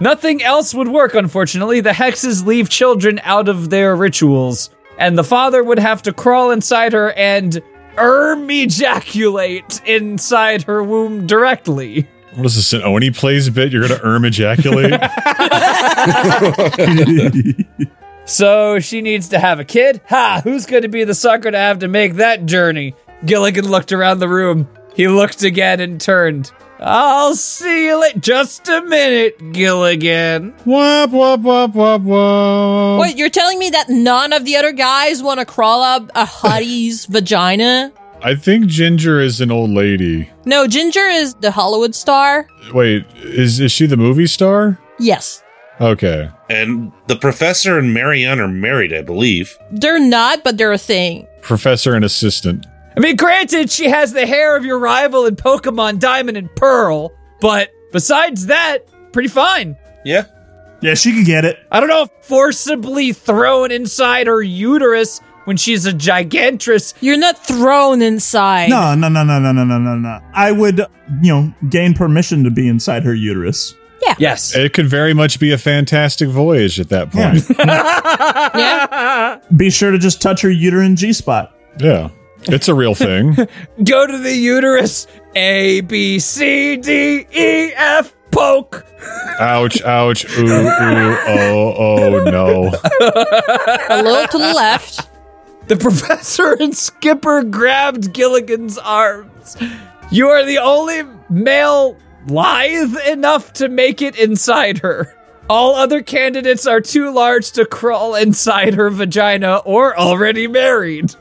Speaker 1: Nothing else would work, unfortunately. The hexes leave children out of their rituals, and the father would have to crawl inside her and erm ejaculate inside her womb directly.
Speaker 3: What is this, an Oni plays bit? You're going to erm ejaculate?
Speaker 1: So she needs to have a kid? Ha! Who's going to be the sucker to have to make that journey? Gilligan looked around the room. He looked again and turned. I'll see you later. Just a minute, Gilligan.
Speaker 3: Wop, wop, wop, wop, wop.
Speaker 4: Wait, you're telling me that none of the other guys want to crawl up a hotties vagina?
Speaker 3: I think Ginger is an old lady.
Speaker 4: No, Ginger is the Hollywood star.
Speaker 3: Wait, is, is she the movie star?
Speaker 4: Yes.
Speaker 3: Okay.
Speaker 7: And the professor and Marianne are married, I believe.
Speaker 4: They're not, but they're a thing.
Speaker 3: Professor and assistant.
Speaker 1: I mean, granted, she has the hair of your rival in Pokemon Diamond and Pearl, but besides that, pretty fine.
Speaker 7: Yeah.
Speaker 2: Yeah, she can get it.
Speaker 1: I don't know if forcibly thrown inside her uterus when she's a gigantress.
Speaker 4: You're not thrown inside.
Speaker 2: No, no, no, no, no, no, no, no, no. I would, you know, gain permission to be inside her uterus.
Speaker 1: Yes.
Speaker 3: It could very much be a fantastic voyage at that
Speaker 2: Yeah.
Speaker 3: point.
Speaker 4: Yeah?
Speaker 2: Be sure to just touch her uterine G spot.
Speaker 3: yeah. It's a real thing.
Speaker 1: Go to the uterus. A, B, C, D, E, F, poke.
Speaker 3: Ouch, ouch, ooh, ooh, oh, oh, no.
Speaker 4: a little to the left.
Speaker 1: The professor and Skipper grabbed Gilligan's arms. You are the only male lithe enough to make it inside her. All other candidates are too large to crawl inside her vagina or already married.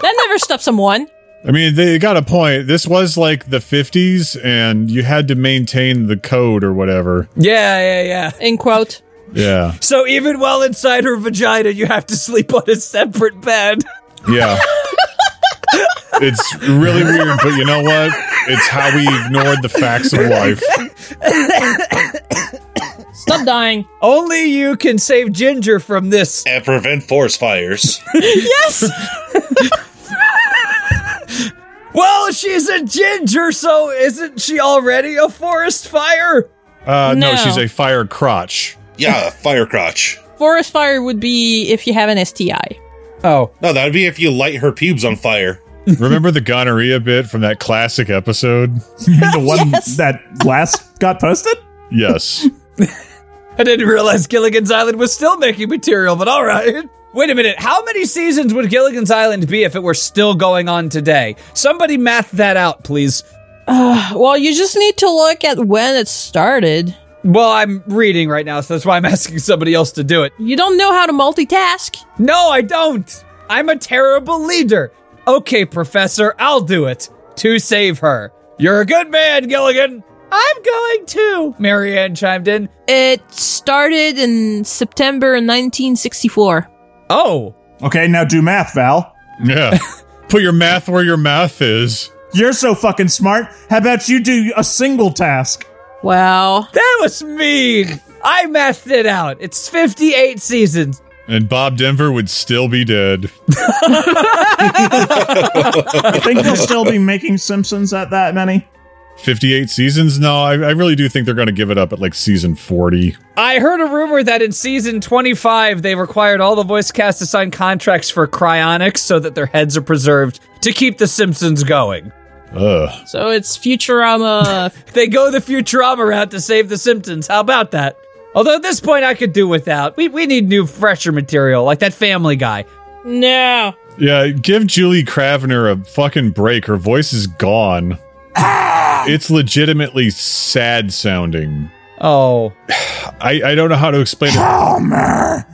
Speaker 4: That never stops someone.
Speaker 3: I mean, they got a point. This was like the 50s, and you had to maintain the code or whatever.
Speaker 1: Yeah, yeah, yeah.
Speaker 4: End quote.
Speaker 3: Yeah.
Speaker 1: So even while inside her vagina, you have to sleep on a separate bed.
Speaker 3: Yeah. it's really weird, but you know what? It's how we ignored the facts of life.
Speaker 4: Stop dying.
Speaker 1: Only you can save Ginger from this.
Speaker 7: And prevent forest fires.
Speaker 4: Yes!
Speaker 1: Well, she's a ginger, so isn't she already a forest fire?
Speaker 3: Uh, no.
Speaker 4: No.
Speaker 3: she's a fire crotch.
Speaker 7: yeah, fire crotch.
Speaker 4: Forest fire would be if you have an STI.
Speaker 1: Oh,
Speaker 7: No, that'd be if you light her pubes on fire.
Speaker 3: Remember the gonorrhea bit from that classic episode?
Speaker 2: the one that last got posted?
Speaker 3: Yes.
Speaker 1: I didn't realize Gilligan's Island was still making material, but all right. Wait a minute. How many seasons would Gilligan's Island be if it were still going on today? Somebody math that out, please.
Speaker 4: Well, you just need to look at when it started.
Speaker 1: Well, I'm reading right now, so that's why I'm asking somebody else to do it.
Speaker 4: You don't know how to multitask.
Speaker 1: No, I don't. I'm a terrible leader. Okay, Professor, I'll do it to save her. You're a good man, Gilligan. I'm going to. Marianne chimed in.
Speaker 4: It started in September 1964.
Speaker 1: Oh,
Speaker 2: Okay, now do math, Val.
Speaker 3: Yeah. Put your math where your mouth is.
Speaker 2: You're so fucking smart. How about you do a single task?
Speaker 4: Wow.
Speaker 1: that was mean. I mathed it out. It's 58 seasons.
Speaker 3: And Bob Denver would still be dead.
Speaker 2: I think they'll still be making Simpsons at that many.
Speaker 3: 58 seasons? No, I, I really do think they're going to give it up at like season 40.
Speaker 1: I heard a rumor that in season 25, they required all the voice cast to sign contracts for cryonics so that their heads are preserved to keep The Simpsons going.
Speaker 3: Ugh.
Speaker 4: So it's Futurama.
Speaker 1: They go the Futurama route to save The Simpsons. How about that? Although at this point, I could do without. We, we need new, fresher material, like that Family Guy.
Speaker 4: no.
Speaker 3: Yeah, give Julie Kravner a fucking break. Her voice is gone. It's legitimately sad sounding.
Speaker 1: Oh,
Speaker 3: I, I don't know how to explain it.
Speaker 2: Homer,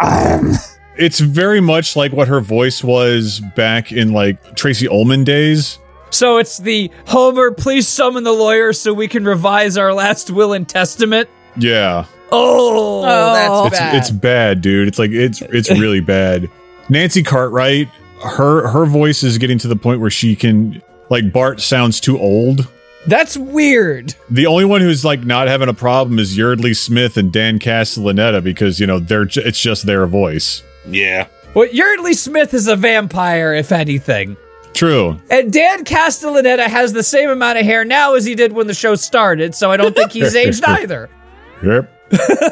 Speaker 2: I'm.
Speaker 3: It's very much like what her voice was back in like Tracy Ullman days.
Speaker 1: so it's the Homer, please summon the lawyer so we can revise our last will and testament.
Speaker 3: Yeah.
Speaker 1: Oh,
Speaker 4: Oh.
Speaker 1: that's
Speaker 3: It's
Speaker 1: bad.
Speaker 3: it's bad, dude. It's like it's it's really bad. Nancy Cartwright, her her voice is getting to the point where she can like Bart sounds too old.
Speaker 1: that's weird.
Speaker 3: The only one who's like not having a problem is Yardley Smith and Dan Castellaneta because you know they're ju- it's just their voice.
Speaker 7: Yeah.
Speaker 1: Well, Yardley Smith is a vampire, if anything.
Speaker 3: True.
Speaker 1: And Dan Castellaneta has the same amount of hair now as he did when the show started, so I don't think he's aged either.
Speaker 3: Yep.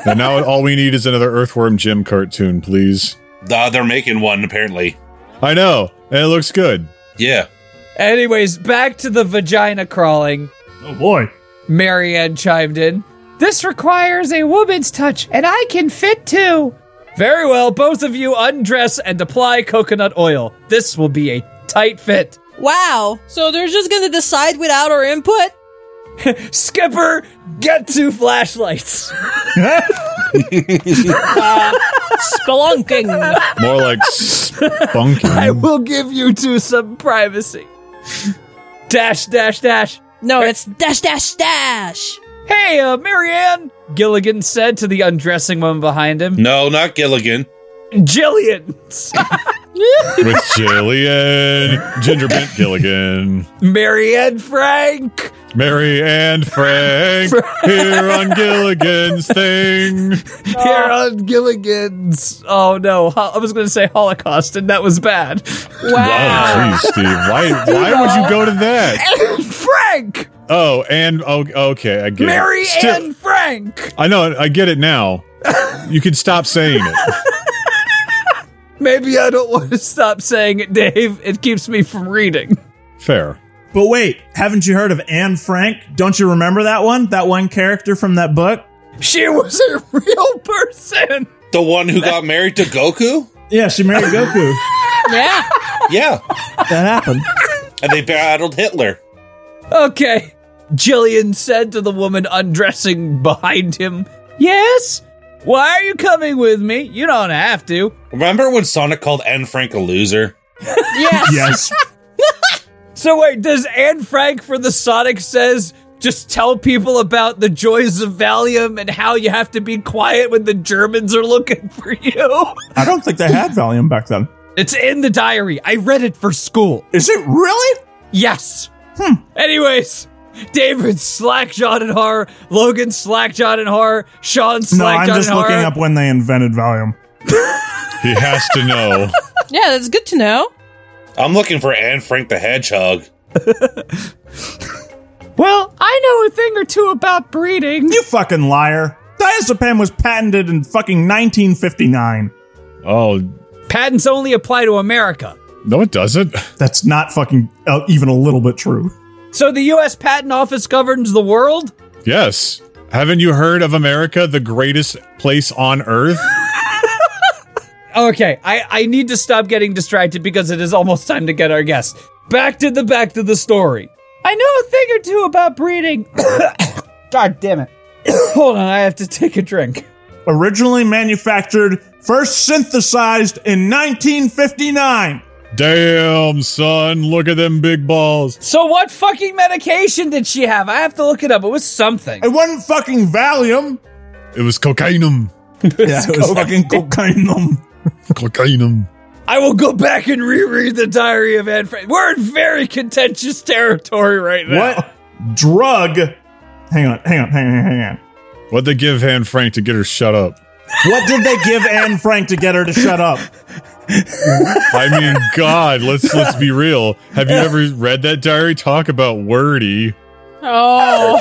Speaker 3: and now all we need is another Earthworm Jim cartoon, please.
Speaker 7: Uh, they're making one, apparently.
Speaker 3: I know, and it looks good.
Speaker 7: Yeah.
Speaker 1: Anyways, back to the vagina crawling.
Speaker 2: Oh boy.
Speaker 1: Marianne chimed in. This requires a woman's touch, and I can fit too. Very well, both of you undress and apply coconut oil. This will be a tight fit.
Speaker 4: Wow. So they're just gonna decide without our input?
Speaker 1: Skipper, get two flashlights.
Speaker 8: Spelunking.
Speaker 3: More like spunking.
Speaker 1: I will give you two some privacy. dash, dash, dash.
Speaker 4: No, it's dash dash dash.
Speaker 1: Hey, uh, Marianne, Gilligan said to the undressing woman behind him.
Speaker 7: No, not Gilligan.
Speaker 1: Jillian!
Speaker 3: with Jillian, Ginger Bent Gilligan,
Speaker 1: Marianne Frank!
Speaker 3: Mary and Frank here on Gilligan's thing.
Speaker 1: Here on Gilligan's. Oh no, Ho- I was going to say Holocaust, and that was bad.
Speaker 3: Wow, Oh, geez, Steve, why why would you go to that?
Speaker 1: Frank!
Speaker 3: Oh, and oh, okay, I get
Speaker 1: Mary
Speaker 3: it. Still-
Speaker 1: Ann Frank!
Speaker 3: I know, I get it now. You can stop saying it.
Speaker 1: Maybe I don't want to stop saying it, Dave. It keeps me from reading.
Speaker 3: Fair.
Speaker 5: But wait, haven't you heard of Anne Frank? Don't you remember that one? That one character from that book?
Speaker 1: She was a real person!
Speaker 7: The one who got married to Goku?
Speaker 5: Yeah, she married Goku.
Speaker 4: Yeah.
Speaker 7: Yeah.
Speaker 5: that happened.
Speaker 7: And they battled Hitler.
Speaker 1: Okay. Jillian said to the woman undressing behind him, Yes? Why are you coming with me? You don't have to.
Speaker 7: Remember when Sonic called Anne Frank a loser?
Speaker 4: Yes.
Speaker 5: Yes.
Speaker 1: So wait, does Anne Frank for the Sonic says just tell people about the joys of Valium and how you have to be quiet when the Germans are looking for you?
Speaker 5: I don't think they had Valium back then.
Speaker 1: It's in the diary. I read it for school.
Speaker 5: Is it really?
Speaker 1: Yes.
Speaker 5: Hmm.
Speaker 1: Anyways, David Slackjaw and horror, Logan Slackjaw and horror, Sean Slackjaw
Speaker 5: No, I'm just
Speaker 1: and
Speaker 5: looking
Speaker 1: horror.
Speaker 5: up when they invented Valium.
Speaker 3: He has to know.
Speaker 4: Yeah, that's good to know.
Speaker 7: I'm looking for Anne Frank the Hedgehog.
Speaker 1: Well, I know a thing or two about breeding.
Speaker 5: You fucking liar. Diazepam was patented in fucking 1959.
Speaker 3: Oh,
Speaker 1: Patents only apply to America.
Speaker 3: no, it doesn't.
Speaker 5: That's not fucking uh, even a little bit true.
Speaker 1: So the U.S. Patent Office governs the world?
Speaker 3: Yes. Haven't you heard of America, the greatest place on earth?
Speaker 1: Okay, I, I need to stop getting distracted because it is almost time to get our guest. Back to the back to the story. I know a thing or two about breeding. God damn it. Hold on, I have to take a drink.
Speaker 5: Originally manufactured, first synthesized in 1959.
Speaker 3: Damn, son, look at them big balls.
Speaker 1: So what fucking medication did she have? I have to look it up. It was something.
Speaker 5: It wasn't fucking Valium.
Speaker 3: It was cocainum.
Speaker 5: Yeah, it was fucking cocaine.
Speaker 3: Cocainum.
Speaker 1: I will go back and reread the diary of Anne Frank. We're in very contentious territory right now.
Speaker 5: What drug? Hang on, hang on, hang on, hang on.
Speaker 3: What'd they give Anne Frank to get her shut up?
Speaker 5: What did they give Anne Frank to get her to shut up?
Speaker 3: I mean, God, let's let's be real. Have you ever read that diary? Talk about wordy.
Speaker 4: Oh.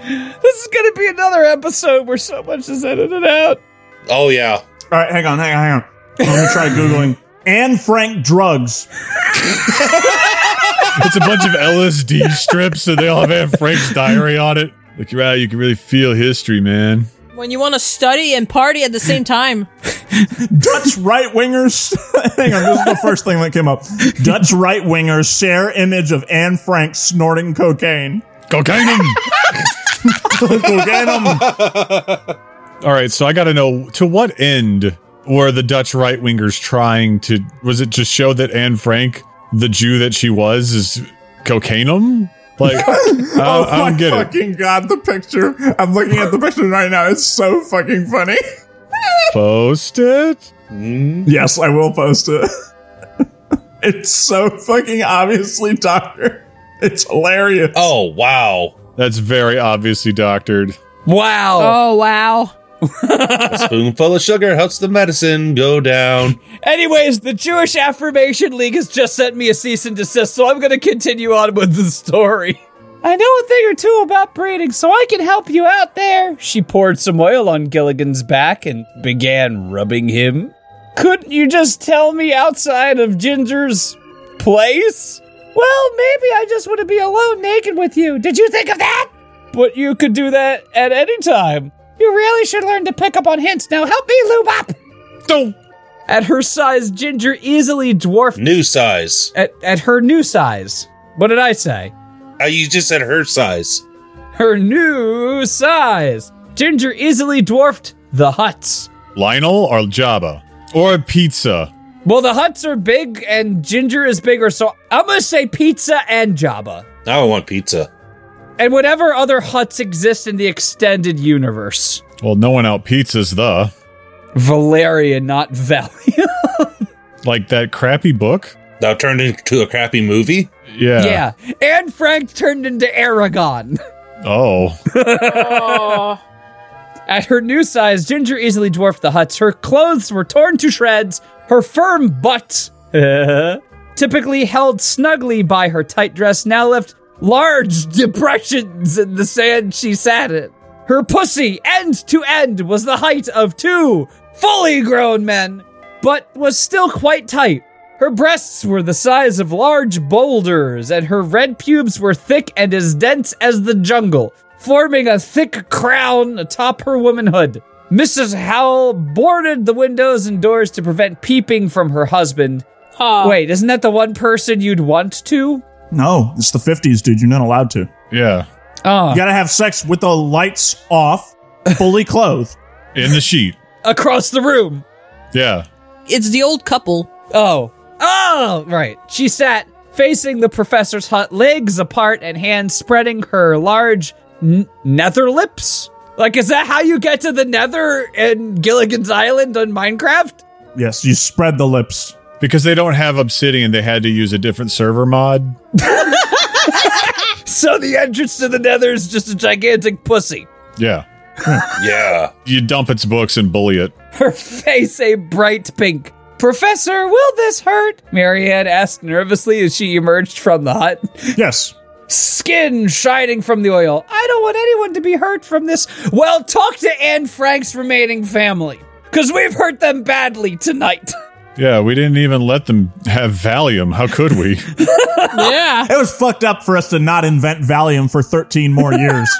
Speaker 1: This is going to be another episode where so much is edited out.
Speaker 7: Oh, yeah.
Speaker 5: All right, hang on, hang on, hang on. Let me try googling Anne Frank drugs.
Speaker 3: It's a bunch of LSD strips, so they all have Anne Frank's diary on it. Look around, you can really feel history, man.
Speaker 4: when you want to study and party at the same time.
Speaker 5: Dutch right wingers. hang on, this is the first thing that came up. Dutch right wingers share image of Anne Frank snorting cocaine.
Speaker 3: Cocainum.
Speaker 5: Cocaine.
Speaker 3: All right, so I got to know to what end were the Dutch right wingers trying to? Was it to show that Anne Frank, the Jew that she was, is cocainum? Like, I,
Speaker 5: Oh
Speaker 3: I
Speaker 5: my
Speaker 3: don't get it.
Speaker 5: fucking god, the picture. I'm looking at the picture right now. It's so fucking funny.
Speaker 3: Post it.
Speaker 5: Yes, I will post it. it's so fucking obviously Doctor. It's hilarious.
Speaker 7: Oh, wow.
Speaker 3: That's very obviously doctored.
Speaker 1: Wow.
Speaker 4: Oh wow.
Speaker 7: A spoonful of sugar helps the medicine go down.
Speaker 1: Anyways, the Jewish Affirmation League has just sent me a cease and desist, so I'm going to continue on with the story. I know a thing or two about breeding, so I can help you out there. She poured some oil on Gilligan's back and began rubbing him. Couldn't you just tell me outside of Ginger's place? Well, maybe I just want to be alone naked with you. Did you think of that? But you could do that at any time. You really should learn to pick up on hints. Now help me lube up.
Speaker 3: Don't
Speaker 1: At her size, Ginger easily dwarfed
Speaker 7: New size.
Speaker 1: at, at her new size. What did I say?
Speaker 7: Uh, you just said her size.
Speaker 1: Her new size. Ginger easily dwarfed the huts.
Speaker 3: Lionel or Jabba? Or a pizza?
Speaker 1: Well, the huts are big and Ginger is bigger, so I'm gonna say pizza and Jabba.
Speaker 7: Now I want pizza.
Speaker 1: And whatever other huts exist in the extended universe.
Speaker 3: Well, no one out pizzas the.
Speaker 1: Valeria, not Valium.
Speaker 3: Like that crappy book?
Speaker 7: Now turned into a crappy movie.
Speaker 3: Yeah.
Speaker 1: yeah. And Frank turned into Aragon.
Speaker 3: Oh.
Speaker 1: At her new size, Ginger easily dwarfed the huts. Her clothes were torn to shreds, her firm butt, typically held snugly by her tight dress, now left large depressions in the sand she sat in. Her pussy, end to end, was the height of two fully grown men, but was still quite tight. Her breasts were the size of large boulders, and her red pubes were thick and as dense as the jungle, forming a thick crown atop her womanhood. Mrs. Howell boarded the windows and doors to prevent peeping from her husband. Wait, isn't that the one person you'd want to?
Speaker 2: No, it's the 50s, dude. You're not allowed to.
Speaker 3: Yeah.
Speaker 5: Uh.
Speaker 2: You gotta have sex with the lights off, fully clothed.
Speaker 3: In the sheet.
Speaker 1: Across the room.
Speaker 3: Yeah.
Speaker 4: It's the old couple.
Speaker 1: Oh. Oh, right. She sat facing the professor's hut, legs apart and hands spreading her large n- nether lips. Like, is that how you get to the nether in Gilligan's Island on Minecraft?
Speaker 2: Yes, you spread the lips.
Speaker 3: Because they don't have Obsidian, they had to use a different server mod.
Speaker 1: So the entrance to the nether is just a gigantic pussy.
Speaker 3: Yeah.
Speaker 7: Yeah.
Speaker 3: You dump its books and bully it.
Speaker 1: Her face a bright pink. Professor, will this hurt? Marianne asked nervously as she emerged from the hut.
Speaker 2: Yes.
Speaker 1: skin shining from the oil. I don't want anyone to be hurt from this. Well, talk to Anne Frank's remaining family, because we've hurt them badly tonight.
Speaker 3: Yeah, we didn't even let them have Valium. How could we?
Speaker 4: Yeah.
Speaker 2: It was fucked up for us to not invent Valium for 13 more years.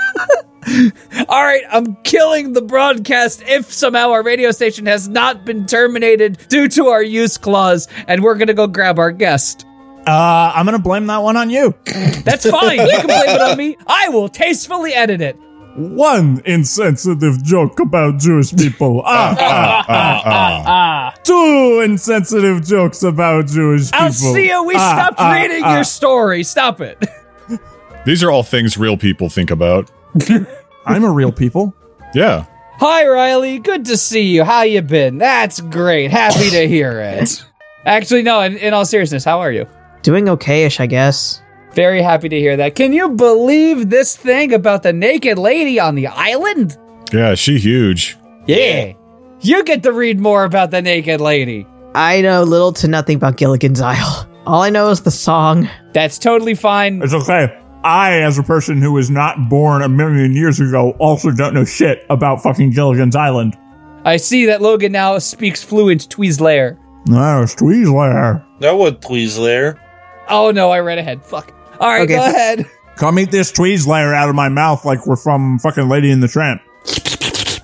Speaker 1: All right, I'm killing the broadcast if somehow our radio station has not been terminated due to our use clause, and we're going to go grab our guest.
Speaker 2: uh, I'm gonna blame that one on you.
Speaker 1: That's fine. You can blame it on me. I will tastefully edit it.
Speaker 2: One insensitive joke about Jewish people. Ah, ah, ah, ah. Two insensitive jokes about Jewish people.
Speaker 1: Alcia, we
Speaker 2: Ah,
Speaker 1: stopped
Speaker 2: ah,
Speaker 1: reading
Speaker 2: ah.
Speaker 1: your story. Stop it.
Speaker 3: These are all things real people think about.
Speaker 2: I'm a real people.
Speaker 3: Yeah.
Speaker 1: Hi, Riley. Good to see you. How you been? That's great. Happy to hear it. Actually, no. In, in all seriousness, how are you?
Speaker 9: Doing okayish, I guess.
Speaker 1: Very happy to hear that. Can you believe this thing about the naked lady on the island?
Speaker 3: Yeah, she huge.
Speaker 1: Yeah. You get to read more about the naked lady.
Speaker 9: I know little to nothing about Gilligan's Isle. All I know is the song.
Speaker 1: That's totally fine.
Speaker 2: It's okay. I, as a person who was not born a million years ago, also don't know shit about fucking Gilligan's Island.
Speaker 1: I see that Logan now speaks fluent Twizzler.
Speaker 2: No, it's Twizzler.
Speaker 7: That was Twizzler.
Speaker 1: Oh no, I read ahead. Fuck. All right,
Speaker 9: Okay.
Speaker 1: go ahead.
Speaker 2: Come eat this Twizzler out of my mouth like we're from fucking Lady in the Tramp.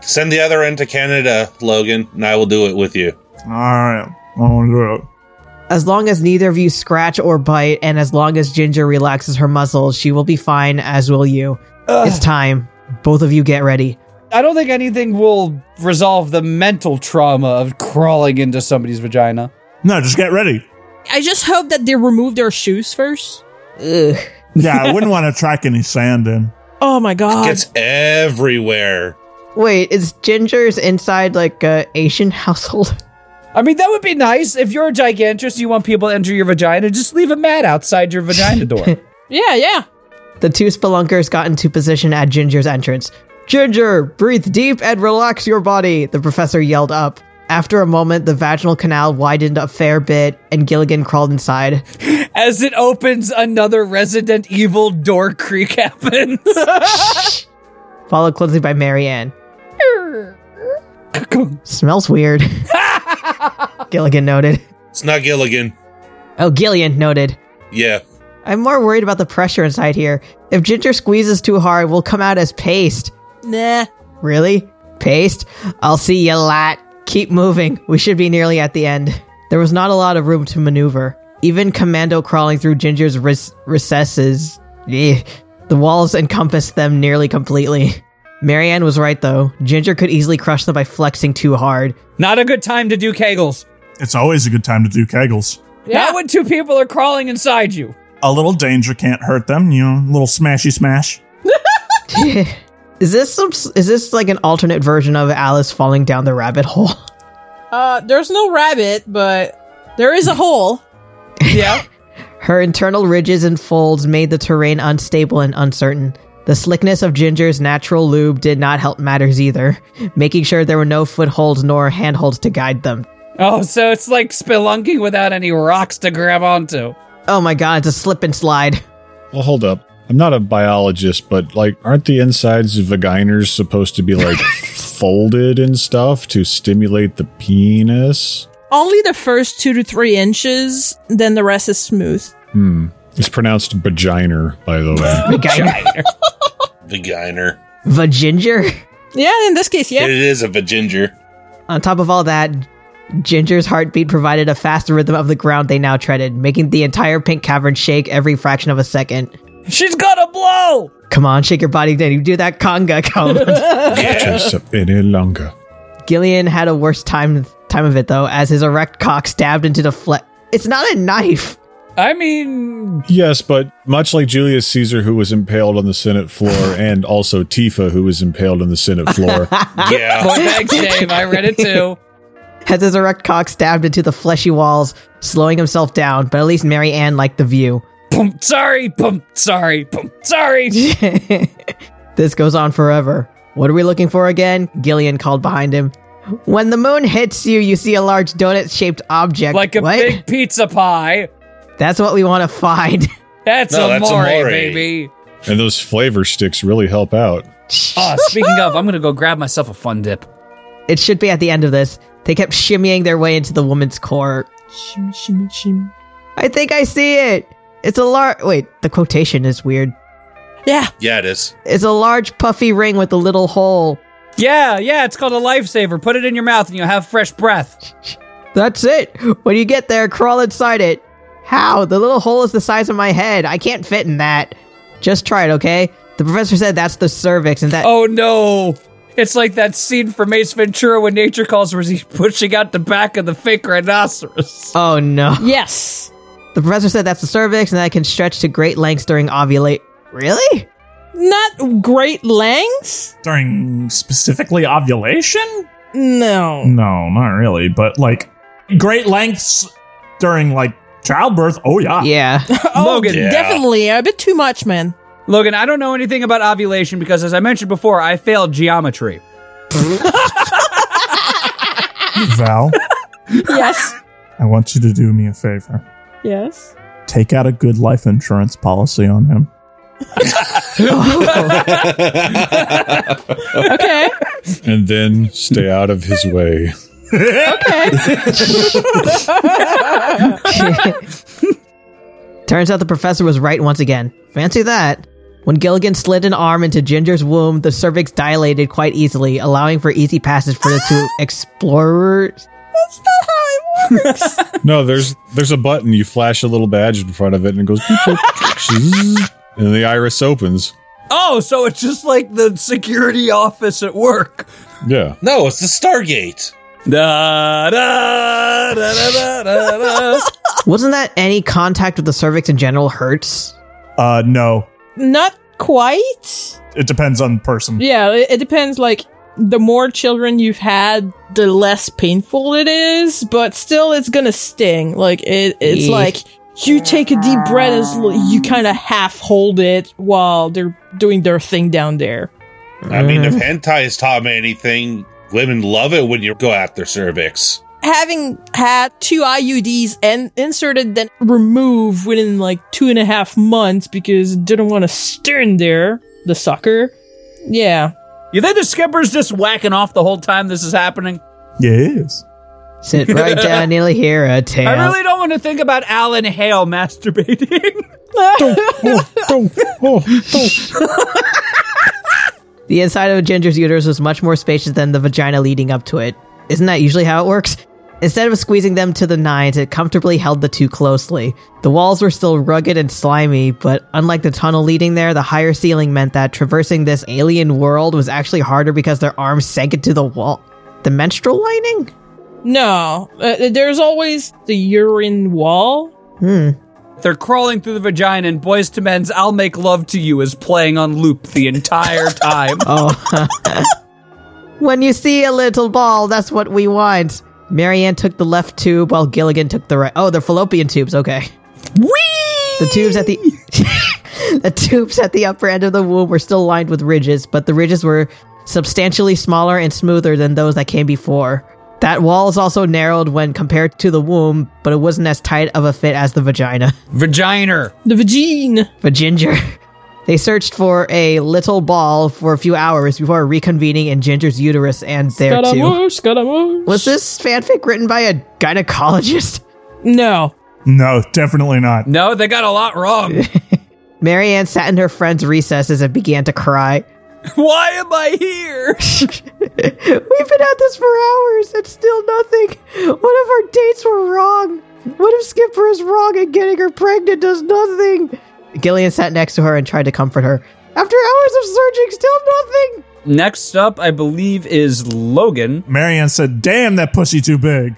Speaker 7: Send the other end to Canada, Logan, and I will do it with you.
Speaker 2: All right, I want to do it.
Speaker 9: As long as neither of you scratch or bite, and as long as Ginger relaxes her muscles, she will be fine, as will you. It's time. Both of you get ready.
Speaker 1: I don't think anything will resolve the mental trauma of crawling into somebody's vagina.
Speaker 2: No, just get ready.
Speaker 4: I just hope that they remove their shoes first.
Speaker 9: Ugh.
Speaker 2: Yeah, I wouldn't want to track any sand in.
Speaker 4: Oh my god.
Speaker 7: Gets everywhere.
Speaker 9: Wait, is Ginger's inside like a Asian household?
Speaker 1: I mean, that would be nice. If you're a gigantress, you want people to enter your vagina, just leave a mat outside your vagina door.
Speaker 4: yeah, yeah.
Speaker 9: The two spelunkers got into position at Ginger's entrance. Ginger, breathe deep and relax your body, the professor yelled up. After a moment, the vaginal canal widened a fair bit, and Gilligan crawled inside.
Speaker 1: As it opens, another Resident Evil door creak happens.
Speaker 9: followed closely by Marianne. Smells weird. Gilligan noted.
Speaker 7: It's not Gilligan.
Speaker 9: Oh, Gillian noted.
Speaker 7: Yeah.
Speaker 9: I'm more worried about the pressure inside here. If Ginger squeezes too hard, we'll come out as paste.
Speaker 4: Nah.
Speaker 9: Really? Paste? I'll see you lot. Keep moving. We should be nearly at the end. There was not a lot of room to maneuver. Even Commando crawling through Ginger's res- recesses, eh, the walls encompassed them nearly completely. Marianne was right, though. Ginger could easily crush them by flexing too hard.
Speaker 1: Not a good time to do kegels.
Speaker 5: It's always a good time to do kegels.
Speaker 1: Not when two people are crawling inside you.
Speaker 5: A little danger can't hurt them, you know, a little smashy smash.
Speaker 9: Is this some, is this like an alternate version of Alice falling down the rabbit hole?
Speaker 4: Uh, there's no rabbit, but there is a hole.
Speaker 1: Yeah.
Speaker 9: Her internal ridges and folds made the terrain unstable and uncertain. The slickness of Ginger's natural lube did not help matters either, making sure there were no footholds nor handholds to guide them.
Speaker 1: oh, so it's like spelunking without any rocks to grab onto.
Speaker 9: Oh my god, it's a slip and slide.
Speaker 3: Well, hold up. I'm not a biologist, but like, aren't the insides of vaginers supposed to be like folded and stuff to stimulate the penis?
Speaker 4: Only the first two to three inches, then the rest is smooth.
Speaker 3: It's pronounced vaginer, by the way.
Speaker 7: Vaginer.
Speaker 9: Vaginger?
Speaker 4: Yeah, in this case, yeah.
Speaker 7: It is a vaginger.
Speaker 9: On top of all that, Ginger's heartbeat provided a fast rhythm of the ground they now treaded, making the entire pink cavern shake every fraction of a second.
Speaker 1: She's got a blow!
Speaker 9: Come on, shake your body, Danny. Do that conga. Come on.
Speaker 3: Just up any longer.
Speaker 9: Gillian had a worse time time of it though, as his erect cock stabbed into the flesh. It's not a knife.
Speaker 1: I mean,
Speaker 3: Yes, but much like Julius Caesar, who was impaled on the Senate floor, and also Tifa, who was impaled on the Senate floor,
Speaker 7: Yeah.
Speaker 1: well, thanks, Dave. I read it too.
Speaker 9: As his erect cock stabbed into the fleshy walls, slowing himself down. But at least Mary Ann liked the view.
Speaker 1: Boom, sorry, boom, sorry, boom, sorry.
Speaker 9: This goes on forever. What are we looking for again? Gillian called behind him. When the moon hits you, you see a large donut-shaped object.
Speaker 1: Like a
Speaker 9: What?
Speaker 1: big pizza pie.
Speaker 9: That's what we want to find.
Speaker 1: That's
Speaker 7: No,
Speaker 1: a
Speaker 7: that's
Speaker 1: amore,
Speaker 7: amore.
Speaker 1: baby.
Speaker 3: and those flavor sticks really help out.
Speaker 1: Ah, speaking of, I'm gonna go grab myself a fun dip.
Speaker 9: It should be at the end of this. They kept shimmying their way into the woman's core.
Speaker 4: Shim, shim, shim.
Speaker 9: I think I see it. It's a large. Wait, the quotation is weird.
Speaker 4: Yeah,
Speaker 7: Yeah, it is.
Speaker 9: It's a large puffy ring with a little hole.
Speaker 1: Yeah, yeah, it's called a lifesaver. Put it in your mouth and you'll have fresh breath.
Speaker 9: That's it. When you get there, crawl inside it. How? The little hole is the size of my head. I can't fit in that. Just try it, okay? The professor said that's the cervix and that
Speaker 1: Oh no. It's like that scene from Ace Ventura when nature calls where he's pushing out the back of the fake rhinoceros.
Speaker 9: Oh no.
Speaker 4: yes.
Speaker 9: The professor said that's the cervix and that it can stretch to great lengths during ovulate. Really?
Speaker 4: Not great lengths?
Speaker 5: During specifically ovulation?
Speaker 4: No.
Speaker 5: No, not really, but like great lengths during like childbirth. Oh yeah.
Speaker 9: Yeah.
Speaker 1: Uh, Logan,
Speaker 7: yeah.
Speaker 4: Definitely a bit too much, man.
Speaker 1: Logan, I don't know anything about ovulation because as I mentioned before, I failed geometry.
Speaker 5: Val,
Speaker 4: Yes.
Speaker 5: I want you to do me a favor.
Speaker 4: yes.
Speaker 5: Take out a good life insurance policy on him.
Speaker 4: Okay.
Speaker 3: And then stay out of his way.
Speaker 9: Turns out the professor was right once again. Fancy that. When Gilligan slid an arm into Ginger's womb, the cervix dilated quite easily, allowing for easy passage for the two explorers.
Speaker 3: No, there's there's a button. You flash a little badge in front of it, and it goes, beep, boop, zzz, and the iris opens.
Speaker 1: Oh, so it's just like the security office at work.
Speaker 3: Yeah,
Speaker 7: No, it's the Stargate.
Speaker 1: Da, da, da, da, da, da, da.
Speaker 9: Wasn't that any contact with the cervix in general hurts?
Speaker 5: Uh no.
Speaker 4: Not quite.
Speaker 5: It depends on the person.
Speaker 4: Yeah, it, it depends. Like, the more children you've had, the less painful it is, but still, it's gonna sting. Like, it, it's
Speaker 9: Yeah.
Speaker 4: like you take a deep breath and s- you kind of half hold it while they're doing their thing down there.
Speaker 7: I mean, if hentai has taught me anything, women love it when you go at their cervix.
Speaker 4: having had two IUDs and inserted then removed within like two and a half months because it didn't want to stand there, the sucker. Yeah.
Speaker 1: you think the skipper's just whacking off the whole time this is happening?
Speaker 5: Yes.
Speaker 9: Sit right down, nearly hear a tale.
Speaker 1: I really don't want to think about Alan Hale masturbating.
Speaker 9: The inside of Ginger's uterus was much more spacious than the vagina leading up to it. Isn't that usually how it works? Instead of squeezing them to the nines, it comfortably held the two closely. The walls were still rugged and slimy, but unlike the tunnel leading there, the higher ceiling meant that traversing this alien world was actually harder because their arms sank into the wall. The menstrual lining?
Speaker 4: No, uh, there's always the urine wall.
Speaker 1: They're crawling through the vagina, and Boys to Men's I'll Make Love to You is playing on loop the entire time.
Speaker 9: When you see a little ball, that's what we want. Marianne took the left tube while Gilligan took the right. Oh, they're fallopian tubes. Okay. The tubes at the the tubes at the upper end of the womb were still lined with ridges, but the ridges were substantially smaller and smoother than those that came before. That wall is also narrowed when compared to the womb, but it wasn't as tight of a fit as the vagina.
Speaker 1: Vagina.
Speaker 4: The vagine.
Speaker 9: But Ginger, they searched for a little ball for a few hours before reconvening in Ginger's uterus and there too.
Speaker 4: Scaramouche, scaramouche.
Speaker 9: Was this fanfic written by a gynecologist?
Speaker 4: No.
Speaker 5: No, definitely not.
Speaker 1: No, they got a lot wrong.
Speaker 9: Marianne sat in her friend's recesses and began to cry.
Speaker 1: Why am I here?
Speaker 9: We've been at this for hours and still nothing. What if our dates were wrong? What if Skipper is wrong and getting her pregnant does nothing? Gillian sat next to her and tried to comfort her. After hours of searching, still nothing.
Speaker 1: Next up, I believe, is Logan.
Speaker 5: Marianne said, "Damn, that pussy too big."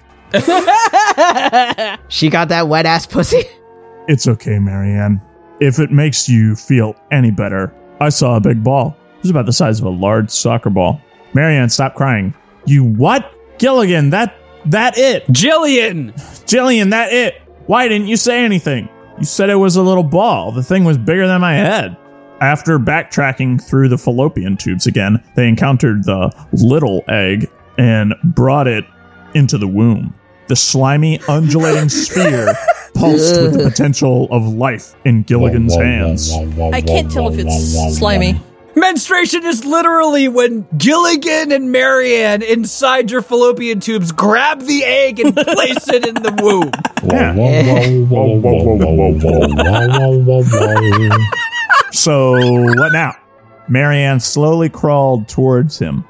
Speaker 9: She got that wet ass pussy.
Speaker 5: It's okay, Marianne. If it makes you feel any better, I saw a big ball. It was about the size of a large soccer ball. Marianne, stop crying. You what? Gilligan, that that it.
Speaker 1: Jillian!
Speaker 5: Jillian, that it. Why didn't you say anything? You said it was a little ball. The thing was bigger than my head. After backtracking through the fallopian tubes again, they encountered the little egg and brought it into the womb. The slimy, undulating sphere pulsed with the potential of life in Gilligan's hands.
Speaker 4: I can't tell if it's slimy.
Speaker 1: Menstruation is literally when Gilligan and Marianne inside your fallopian tubes grab the egg and place it in the womb.
Speaker 5: So what now? Marianne slowly crawled towards him,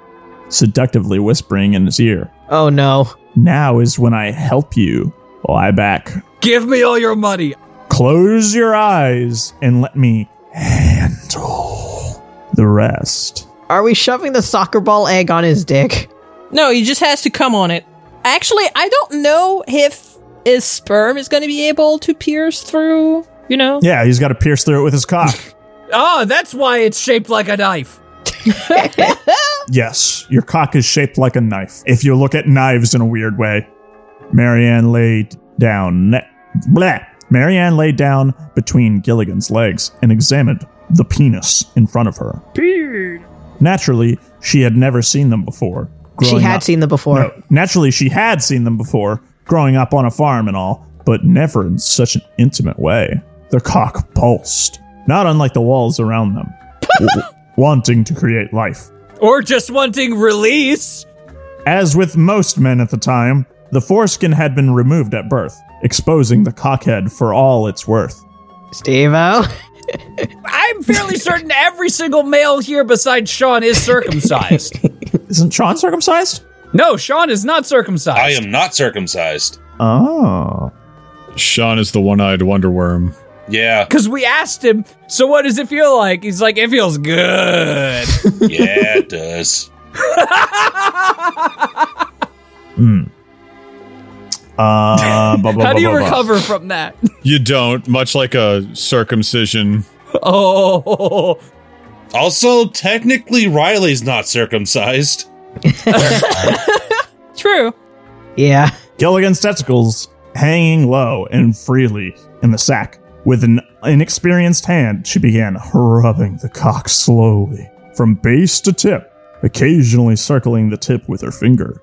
Speaker 5: seductively whispering in his ear.
Speaker 9: Oh no.
Speaker 5: Now is when I help you. Lie back.
Speaker 1: Give me all your money.
Speaker 5: Close your eyes and let me handle the rest.
Speaker 9: Are we shoving the soccer ball egg on his dick?
Speaker 4: No, he just has to come on it. Actually, I don't know if his sperm is going to be able to pierce through, you know?
Speaker 5: Yeah, he's got to pierce through it with his cock.
Speaker 1: Oh, that's why it's shaped like a knife.
Speaker 5: yes, your cock is shaped like a knife. If you look at knives in a weird way, Marianne laid down. Ne- bleh. Marianne lay down between Gilligan's legs and examined the penis in front of her. Naturally, she had never seen them before.
Speaker 9: she
Speaker 5: growing
Speaker 9: had
Speaker 5: up-
Speaker 9: seen them before.
Speaker 5: No, naturally, she had seen them before, growing up on a farm and all, but never in such an intimate way. Their cock pulsed, not unlike the walls around them, w- wanting to create life.
Speaker 1: Or just wanting release.
Speaker 5: As with most men at the time, the foreskin had been removed at birth, exposing the cockhead for all it's worth.
Speaker 9: Steve-O.
Speaker 1: I'm fairly certain every single male here besides Sean is circumcised.
Speaker 5: Isn't Sean circumcised?
Speaker 1: no, Sean is not circumcised.
Speaker 7: I am not circumcised.
Speaker 5: Oh.
Speaker 3: Sean is the one-eyed wonder worm.
Speaker 7: Yeah,
Speaker 1: Because we asked him, so what does it feel like? He's like, it feels good.
Speaker 7: yeah, it does.
Speaker 5: Uh, blah, blah,
Speaker 1: How do you
Speaker 5: blah, blah, blah.
Speaker 1: recover from that?
Speaker 3: You don't, much like a circumcision.
Speaker 1: Oh,
Speaker 7: Also, technically, Riley's not circumcised.
Speaker 4: True.
Speaker 9: yeah.
Speaker 5: Gilligan's testicles hanging low and freely in the sack. With an inexperienced hand, she began rubbing the cock slowly from base to tip, occasionally circling the tip with her finger.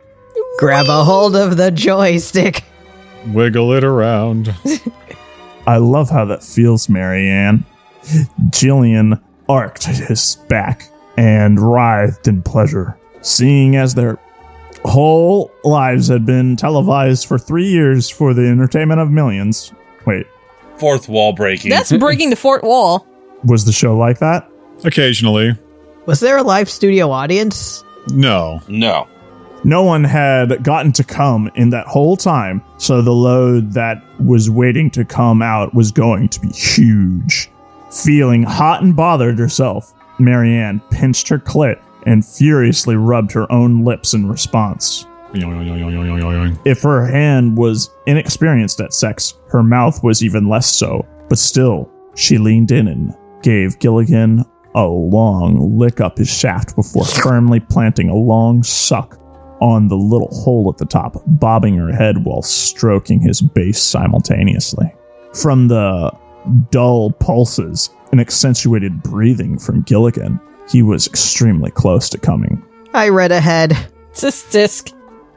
Speaker 9: Grab a hold of the joystick.
Speaker 3: Wiggle it around.
Speaker 5: I love how that feels, Marianne. Jillian arched his back and writhed in pleasure, seeing as their whole lives had been televised for three years for the entertainment of millions. Wait,
Speaker 7: Fourth wall breaking.
Speaker 4: That's breaking the fort wall.
Speaker 5: was the show like that?
Speaker 3: Occasionally.
Speaker 9: Was there a live studio audience?
Speaker 3: No.
Speaker 7: no.
Speaker 5: No one had gotten to come in that whole time, so the load that was waiting to come out was going to be huge. Feeling hot and bothered herself, Marianne pinched her clit and furiously rubbed her own lips in response. If her hand was inexperienced at sex, her mouth was even less so. But still, she leaned in and gave Gilligan a long lick up his shaft before firmly planting a long suck on the little hole at the top, bobbing her head while stroking his base simultaneously. From the dull pulses and accentuated breathing from Gilligan, he was extremely close to coming
Speaker 9: I read ahead.
Speaker 4: It's a disc.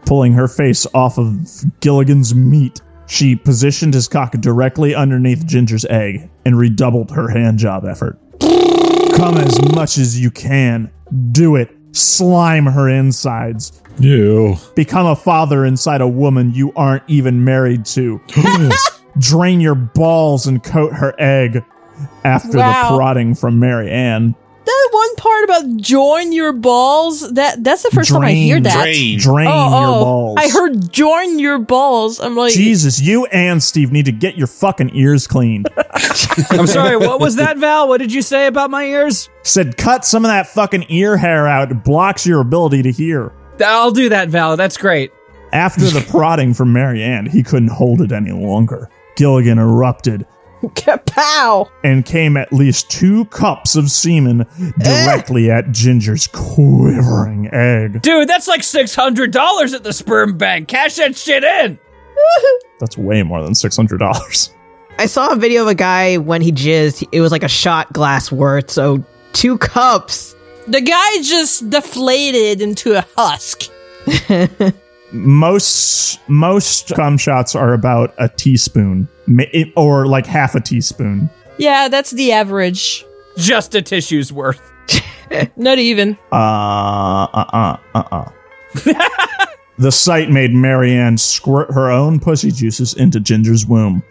Speaker 5: pulling her face off of Gilligan's meat. She positioned his cock directly underneath Ginger's egg and redoubled her hand job effort. Come as much as you can. Do it. Slime her insides.
Speaker 3: Ew.
Speaker 5: Become a father inside a woman you aren't even married to. Drain your balls and coat her egg after the
Speaker 4: Wow.
Speaker 5: prodding from Mary Ann.
Speaker 4: That one part about join your balls, that that's the first time I hear
Speaker 5: Drain,
Speaker 4: that.
Speaker 7: Drain.
Speaker 5: Drain
Speaker 4: Oh,
Speaker 5: your
Speaker 4: oh.
Speaker 5: balls.
Speaker 4: I heard join your balls. I'm like,
Speaker 5: Jesus, you and Steve need to get your fucking ears cleaned.
Speaker 1: I'm sorry, what was that, Val? What did you say about my ears?
Speaker 5: Said cut some of that fucking ear hair out. It blocks your ability to hear.
Speaker 1: I'll do that, Val. That's great.
Speaker 5: After the prodding from Marianne, he couldn't hold it any longer. Gilligan erupted
Speaker 4: kapow.
Speaker 5: and came at least two cups of semen directly at Ginger's quivering egg.
Speaker 1: Dude, that's like $600 at the sperm bank. Cash that shit in.
Speaker 5: That's way more than six hundred dollars.
Speaker 9: I saw a video of a guy when he jizzed. It was like a shot glass worth, so two cups.
Speaker 4: The guy just deflated into a husk.
Speaker 5: Most most cum shots are about a teaspoon, ma- it- or like half a teaspoon.
Speaker 4: Yeah, that's the average.
Speaker 1: Just a tissue's worth.
Speaker 4: Not even.
Speaker 5: Uh, uh, uh, uh, uh. the sight made Marianne squirt her own pussy juices into Ginger's womb.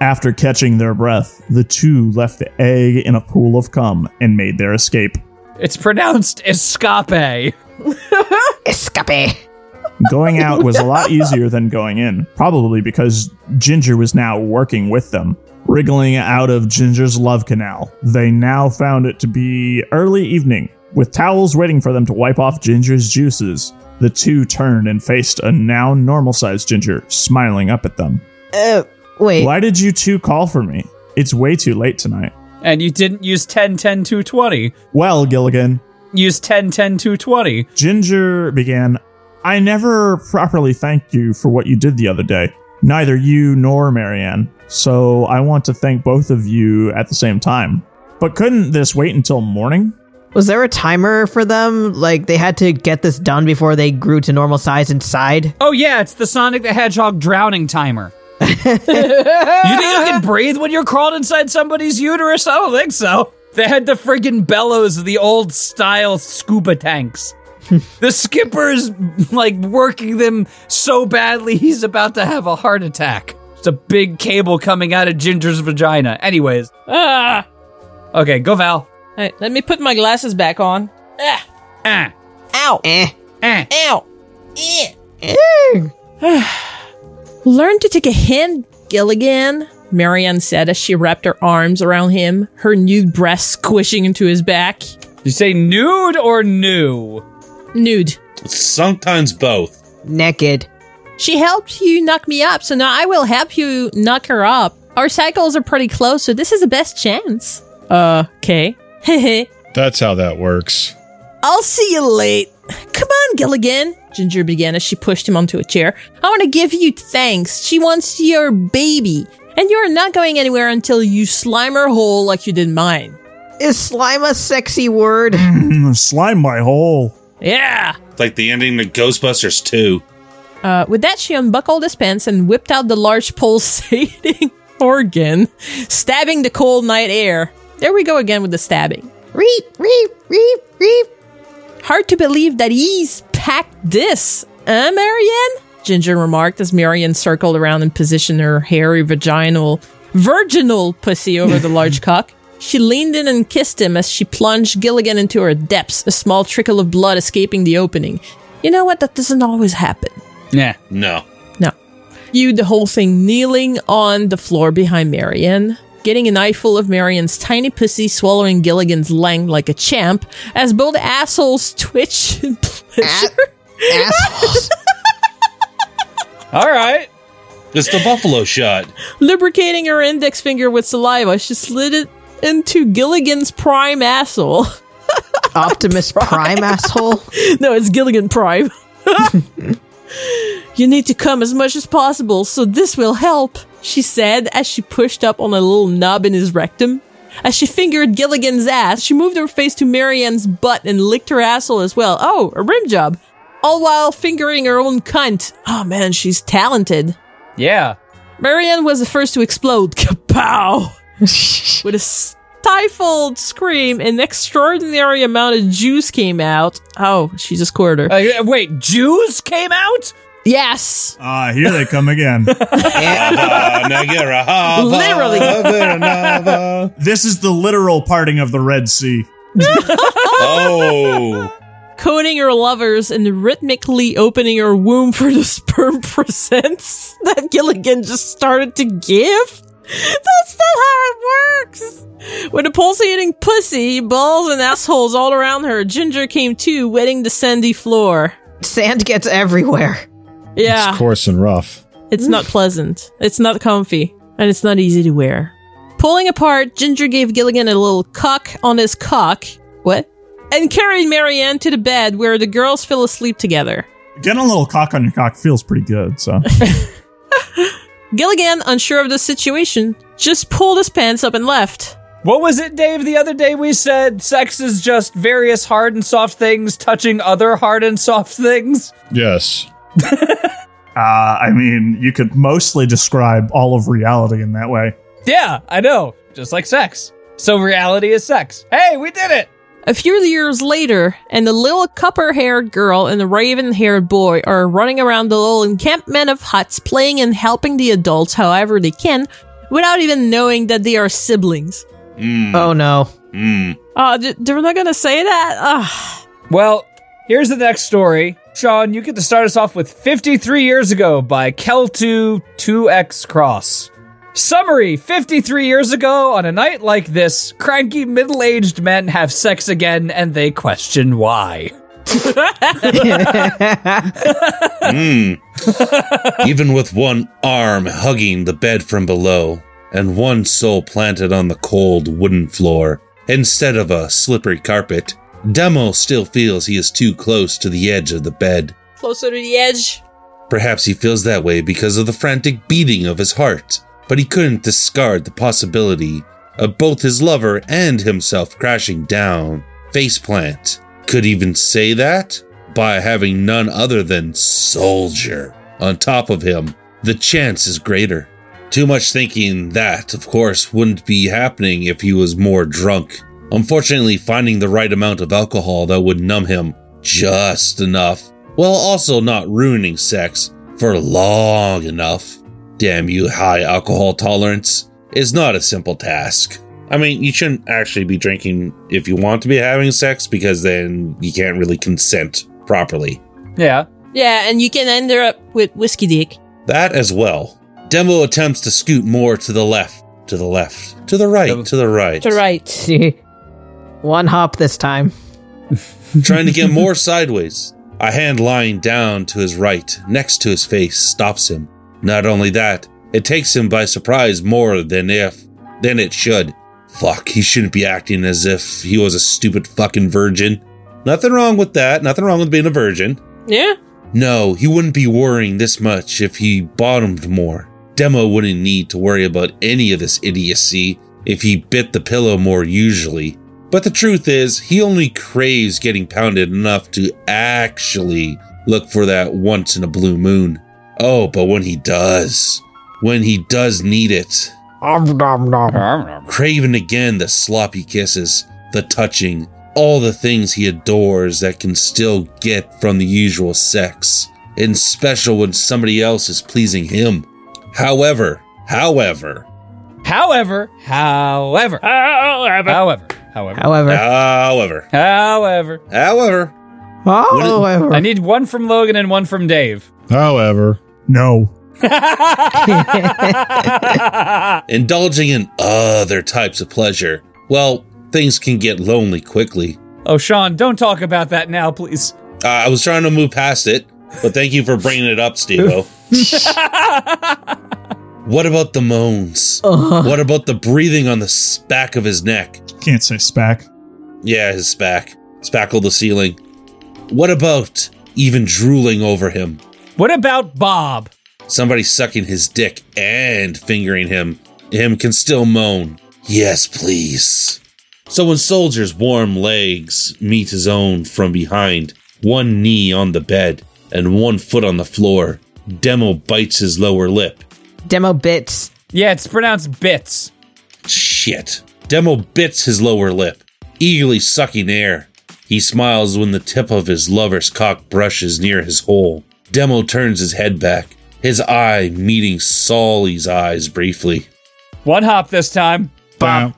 Speaker 5: After catching their breath, the two left the egg in a pool of cum and made their escape.
Speaker 1: It's pronounced escape.
Speaker 9: Escape.
Speaker 5: Going out was a lot easier than going in, probably because Ginger was now working with them. Wriggling out of Ginger's love canal, they now found it to be early evening. With towels waiting for them to wipe off Ginger's juices, the two turned and faced a now normal sized Ginger, smiling up at them.
Speaker 9: Uh, wait.
Speaker 5: Why did you two call for me? It's way too late tonight.
Speaker 1: And you didn't use 10, 10, 220.
Speaker 5: Well, Gilligan,
Speaker 1: Use 10, 10, 220.
Speaker 5: Ginger began, I never properly thanked you for what you did the other day, neither you nor Marianne, so I want to thank both of you at the same time. But couldn't this wait until morning?
Speaker 9: Was there a timer for them? Like they had to get this done before they grew to normal size inside?
Speaker 1: Oh, yeah, it's the Sonic the Hedgehog drowning timer. you think you can breathe when you're crawled inside somebody's uterus? I don't think so. They had the friggin' bellows of the old style scuba tanks. the skipper's like working them so badly he's about to have a heart attack. It's a big cable coming out of Ginger's vagina. Anyways,
Speaker 4: Ah.
Speaker 1: okay, go Val.
Speaker 4: All right, let me put my glasses back on. Ah.
Speaker 1: Ah,
Speaker 4: Ow.
Speaker 9: Eh.
Speaker 1: ah.
Speaker 4: Ow. Learn to take a hand, Gilligan, Marianne said as she wrapped her arms around him, her nude breasts squishing into his back.
Speaker 1: You say nude or new?
Speaker 4: Nude.
Speaker 7: Sometimes both.
Speaker 9: Naked.
Speaker 4: She helped you knock me up, so now I will help you knock her up. Our cycles are pretty close, so this is the best chance. Uh, okay. Hehe.
Speaker 3: That's how that works.
Speaker 4: I'll see you late. Come on, Gilligan. Ginger began as she pushed him onto a chair. I want to give you thanks. She wants your baby. And you're not going anywhere until you slime her whole like you did mine.
Speaker 9: Is slime a sexy word?
Speaker 5: Slime my hole.
Speaker 4: Yeah.
Speaker 7: Like the ending to Ghostbusters 2.
Speaker 4: Uh, with that, she unbuckled his pants and whipped out the large pulsating organ, stabbing the cold night air. There we go again with the stabbing.
Speaker 9: reep, reep, reep, reep.
Speaker 4: Hard to believe that he's packed this, eh, Marianne? Ginger remarked as Marianne circled around and positioned her hairy vaginal, virginal pussy over the large cock. She leaned in and kissed him as she plunged Gilligan into her depths, a small trickle of blood escaping the opening.
Speaker 10: You know what? That doesn't always happen.
Speaker 1: Yeah.
Speaker 7: No.
Speaker 4: No. You, the whole thing, kneeling on the floor behind Marion, getting an eyeful of Marion's tiny pussy, swallowing Gilligan's lang like a champ, as both assholes twitch in
Speaker 9: Ah.
Speaker 4: pleasure.
Speaker 9: Assholes.
Speaker 1: All right.
Speaker 7: It's the buffalo shot.
Speaker 4: Lubricating her index finger with saliva, she slid it into Gilligan's prime asshole.
Speaker 9: Optimus Prime asshole.
Speaker 4: no, it's Gilligan Prime. you need to come as much as possible, so this will help, she said as she pushed up on a little knob in his rectum. As she fingered Gilligan's ass, she moved her face to Marianne's butt and licked her asshole as well. Oh, a rim job. All while fingering her own cunt. Oh man, she's talented.
Speaker 1: Yeah.
Speaker 4: Marianne was the first to explode. Kapow! With a stifled scream, an extraordinary amount of juice came out. Oh, she just scored her.
Speaker 1: Uh, wait, Jews came out?
Speaker 4: yes!
Speaker 3: Ah, here they come again.
Speaker 7: uh,
Speaker 4: Literally.
Speaker 7: Literally.
Speaker 5: This is the literal parting of the Red Sea.
Speaker 7: Oh.
Speaker 4: Coating her lovers and rhythmically opening her womb for the sperm presents that Gilligan just started to give? That's not how it works! With a pulsating pussy, balls, and assholes all around her, Ginger came to, wetting the sandy floor.
Speaker 9: Sand gets everywhere.
Speaker 4: Yeah.
Speaker 3: It's coarse and rough.
Speaker 4: It's not pleasant. It's not comfy. And it's not easy to wear. Pulling apart, Ginger gave Gilligan a little cock on his cock. What? And carried Marianne to the bed where the girls fell asleep together.
Speaker 5: Getting a little cock on your cock feels pretty good, so.
Speaker 4: Gilligan, unsure of the situation, just pulled his pants up and left.
Speaker 1: What was it, Dave? The other day we said sex is just various hard and soft things touching other hard and soft things.
Speaker 3: Yes.
Speaker 5: Uh, I mean, you could mostly describe all of reality in that way.
Speaker 1: Yeah, I know. Just like sex. So reality is sex. Hey, we did it.
Speaker 4: A few years later, and the little copper haired girl and the raven haired boy are running around the little encampment of huts, playing and helping the adults however they can, without even knowing that they are siblings.
Speaker 9: Oh no.
Speaker 7: Mm.
Speaker 4: Uh, th- they're not gonna say that. Ugh.
Speaker 1: Well, here's the next story. Sean, you get to start us off with 53 years ago by Keltu 2X Cross. Summary 53 years ago, on a night like this, cranky middle aged men have sex again and they question why.
Speaker 7: Mm. Even with one arm hugging the bed from below and one sole planted on the cold wooden floor instead of a slippery carpet, Demo still feels he is too close to the edge of the bed.
Speaker 4: Closer to the edge.
Speaker 7: Perhaps he feels that way because of the frantic beating of his heart, but he couldn't discard the possibility of both his lover and himself crashing down, faceplant. Could even say that? By having none other than Soldier on top of him, the chance is greater. Too much thinking that, of course, wouldn't be happening if he was more drunk. Unfortunately, finding the right amount of alcohol that would numb him just enough, while also not ruining sex for long enough. Damn you, high alcohol tolerance, is not a simple task. I mean, you shouldn't actually be drinking if you want to be having sex because then you can't really consent properly.
Speaker 1: Yeah.
Speaker 4: Yeah, and you can end up with whiskey dick.
Speaker 7: That as well. Demo attempts to scoot more to the left, to the left, to the right, to the right.
Speaker 4: right.
Speaker 9: One hop this time.
Speaker 7: trying to get more sideways. A hand lying down to his right, next to his face, stops him. Not only that, it takes him by surprise more than if than it should. Fuck, he shouldn't be acting as if he was a stupid fucking virgin. Nothing wrong with that, nothing wrong with being a virgin.
Speaker 4: Yeah.
Speaker 7: No, he wouldn't be worrying this much if he bottomed more. Demo wouldn't need to worry about any of this idiocy if he bit the pillow more usually. But the truth is, he only craves getting pounded enough to actually look for that once in a blue moon. Oh, but when he does, when he does need it, craving again the sloppy kisses, the touching, all the things he adores that can still get from the usual sex, in special when somebody else is pleasing him. However, however,
Speaker 1: However, however, however, however, however,
Speaker 9: However,
Speaker 7: however,
Speaker 1: however,
Speaker 7: however,
Speaker 9: Oh, ever.
Speaker 1: I need one from Logan and one from Dave.
Speaker 3: However,
Speaker 2: No.
Speaker 7: Indulging in other types of pleasure. Well, things can get lonely quickly.
Speaker 1: Oh, Sean, don't talk about that now, please.
Speaker 7: Uh, I was trying to move past it, but thank you for bringing it up, Steve. what about the moans? What about the breathing on the s- back of his neck?
Speaker 2: Can't say spack.
Speaker 7: Yeah, his back. Spackle the ceiling. What about even drooling over him?
Speaker 1: What about Bob?
Speaker 7: Somebody sucking his dick and fingering him. Him can still moan. Yes, please. So when Soldier's warm legs meet his own from behind, one knee on the bed and one foot on the floor, Demo bites his lower lip.
Speaker 9: Demo bits.
Speaker 1: Yeah, it's pronounced bits.
Speaker 7: Shit. Demo bits his lower lip, eagerly sucking air. He smiles when the tip of his lover's cock brushes near his hole. Demo turns his head back, his eye meeting Solly's eyes briefly.
Speaker 1: One hop this time.
Speaker 2: Bam.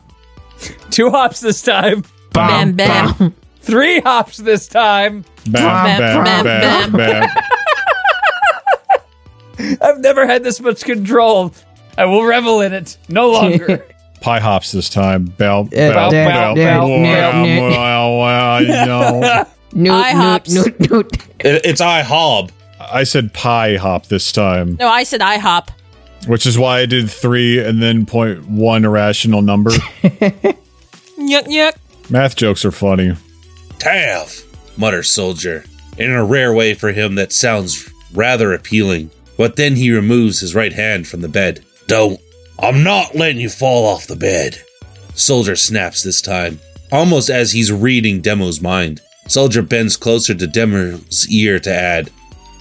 Speaker 1: Two hops this time.
Speaker 11: Bam, bam.
Speaker 1: Three hops this time.
Speaker 3: bam, bam,
Speaker 11: bam,
Speaker 3: bam, bam.
Speaker 1: I've never had this much control. I will revel in it no longer.
Speaker 3: Pie hops this time. Bow,
Speaker 9: Yeah,
Speaker 3: bow, bow, bow,
Speaker 9: yeah, yeah,
Speaker 3: bow,
Speaker 9: yeah,
Speaker 3: wow,
Speaker 9: yeah.
Speaker 3: wow, wow, you know.
Speaker 9: Newt,
Speaker 11: IHOPs.
Speaker 9: Newt, Newt, Newt.
Speaker 7: It- It's I hob.
Speaker 3: I said pie hop this time,
Speaker 11: No, I said IHOP.
Speaker 3: which is why I did three and then point one irrational number.
Speaker 11: Yuck, yuck.
Speaker 3: Math jokes are funny.
Speaker 7: Tav, mutters Soldier, in a rare way for him that sounds rather appealing. But then he removes his right hand from the bed. Don't. I'm not letting you fall off the bed. Soldier snaps this time, almost as he's reading Demo's mind. Soldier bends closer to Demo's ear to add,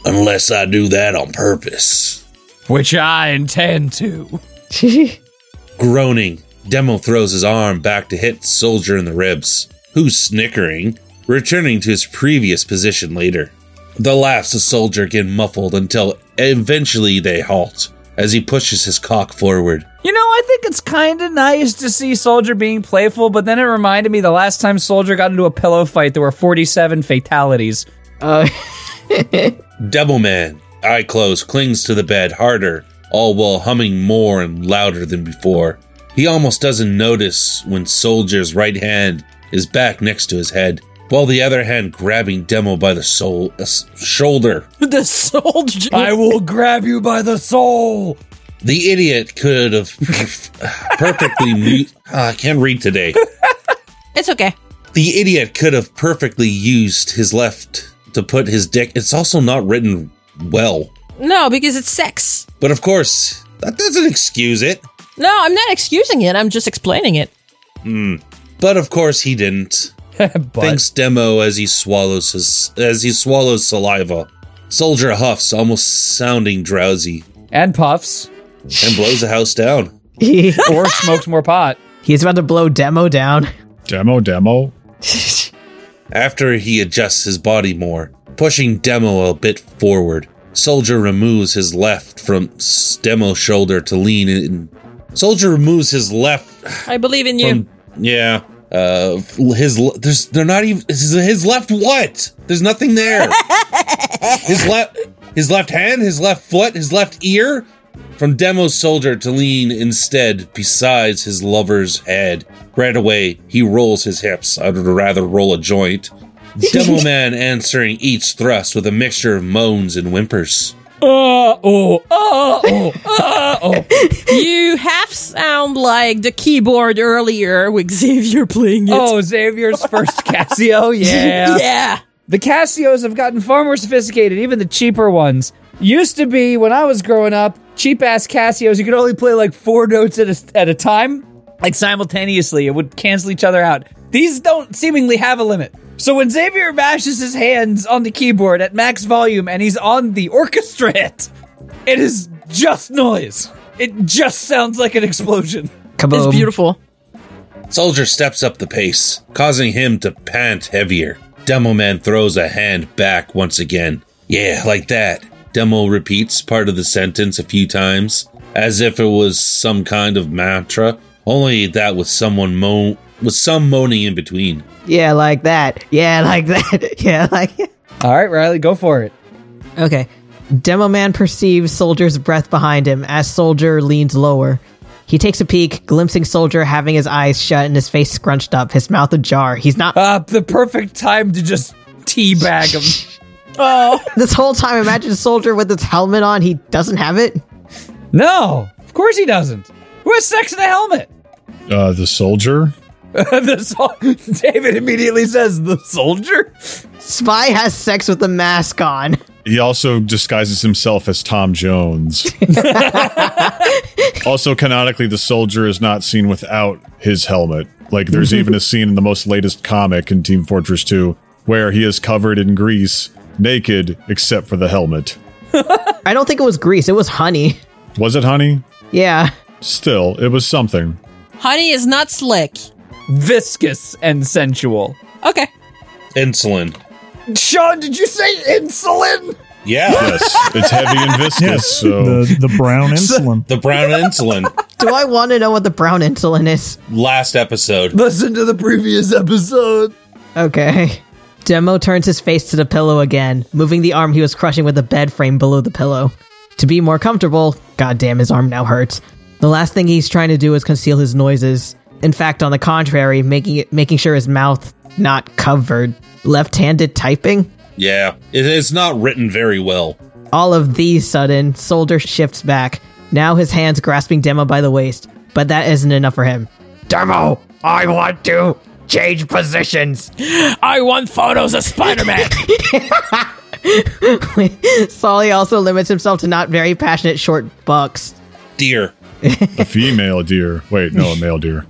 Speaker 7: Unless I do that on purpose.
Speaker 1: Which I intend to.
Speaker 7: Groaning, Demo throws his arm back to hit Soldier in the ribs, who's snickering, returning to his previous position later. The laughs of Soldier get muffled until eventually they halt as he pushes his cock forward.
Speaker 1: You know, I think it's kind of nice to see Soldier being playful, but then it reminded me the last time Soldier got into a pillow fight, there were 47 fatalities.
Speaker 9: Uh,
Speaker 7: Devil Man, eye closed, clings to the bed harder, all while humming more and louder than before. He almost doesn't notice when Soldier's right hand is back next to his head, while the other hand grabbing Demo by the soul, uh, s- shoulder.
Speaker 11: The soldier.
Speaker 1: I will grab you by the soul.
Speaker 7: The idiot could have perfectly mute. Ah, I can't read today.
Speaker 11: It's okay.
Speaker 7: The idiot could have perfectly used his left to put his dick. It's also not written well,
Speaker 11: No, because it's sex.
Speaker 7: but of course that doesn't excuse it.
Speaker 11: No, I'm not excusing it. I'm just explaining it.
Speaker 7: But of course he didn't. Thanks, Demo, as he swallows his as he swallows saliva. Soldier huffs, almost sounding drowsy,
Speaker 1: And puffs.
Speaker 7: and blows the house down.
Speaker 9: he,
Speaker 1: Or smokes more pot.
Speaker 9: he's about to blow Demo down.
Speaker 3: Demo, demo.
Speaker 7: After he adjusts his body more, pushing Demo a bit forward, Soldier removes his left from S- Demo's shoulder to lean in. Soldier removes his left
Speaker 11: I believe in you.
Speaker 7: from yeah. Uh, f- his l- there's they're not even his, his left what? There's nothing there. his left his left hand, his left foot, his left ear. From Demo's shoulder to lean instead besides his lover's head. Right away, he rolls his hips. I'd rather roll a joint. Demo man answering each thrust with a mixture of moans and whimpers.
Speaker 1: Uh, oh, uh, oh.
Speaker 11: you half sound like the keyboard earlier with Xavier playing it.
Speaker 1: oh, Xavier's first Casio. Yeah.
Speaker 11: yeah.
Speaker 1: The Casios have gotten far more sophisticated, even the cheaper ones. Used to be, when I was growing up, cheap ass Casios, you could only play like four notes at a, at a time, like simultaneously. It would cancel each other out. These don't seemingly have a limit. So when Xavier mashes his hands on the keyboard at max volume and he's on the orchestra hit, it is just noise. It just sounds like an explosion.
Speaker 9: Kaboom.
Speaker 11: It's beautiful.
Speaker 7: Soldier steps up the pace, causing him to pant heavier. Demo Man throws a hand back once again. Yeah, like that. Demo repeats part of the sentence a few times, as if it was some kind of mantra, Only that with someone mo with some moaning in between.
Speaker 9: Yeah, like that. Yeah, like that. Yeah, like
Speaker 1: All right, Riley, go for it.
Speaker 9: Okay. Demo Man perceives Soldier's breath behind him as Soldier leans lower. He takes a peek, glimpsing Soldier having his eyes shut and his face scrunched up, his mouth ajar. He's not.
Speaker 1: Uh, the perfect time to just teabag him.
Speaker 9: This whole time, imagine Soldier with his helmet on. He doesn't have it.
Speaker 1: no, of course he doesn't. Who has sex in a helmet?
Speaker 3: Uh, the soldier.
Speaker 1: the sol- David immediately says, "The soldier."
Speaker 9: Spy has sex with the mask on.
Speaker 3: He also disguises himself as Tom Jones. also, canonically, the soldier is not seen without his helmet. Like, there's even a scene in the most latest comic in Team Fortress 2 where he is covered in grease, naked, except for the helmet.
Speaker 9: I don't think it was grease. It was honey.
Speaker 3: Was it honey?
Speaker 9: Yeah.
Speaker 3: Still, it was something.
Speaker 11: Honey is not slick.
Speaker 1: Viscous and sensual.
Speaker 11: Okay.
Speaker 7: Insulin.
Speaker 1: Sean, did you say insulin?
Speaker 7: Yeah.
Speaker 3: Yes, it's heavy and viscous. so
Speaker 2: the, the brown insulin.
Speaker 7: The brown insulin.
Speaker 9: Do I want to know what the brown insulin is?
Speaker 7: Last episode.
Speaker 1: Listen to the previous episode.
Speaker 9: Okay. Demo turns his face to the pillow again, moving the arm he was crushing with the bed frame below the pillow. To be more comfortable, goddamn, his arm now hurts. The last thing he's trying to do is conceal his noises. In fact, on the contrary, making it making sure his mouth not covered. Left-handed typing.
Speaker 7: Yeah. It is not written very well.
Speaker 9: All of these sudden, Soldier shifts back. Now his hands grasping Demo by the waist, but that isn't enough for him. Demo, I want to change positions.
Speaker 11: I want photos of Spider Man.
Speaker 9: Solly also limits himself to not very passionate short bucks.
Speaker 7: Dear.
Speaker 3: a female deer. Wait, no, a male deer.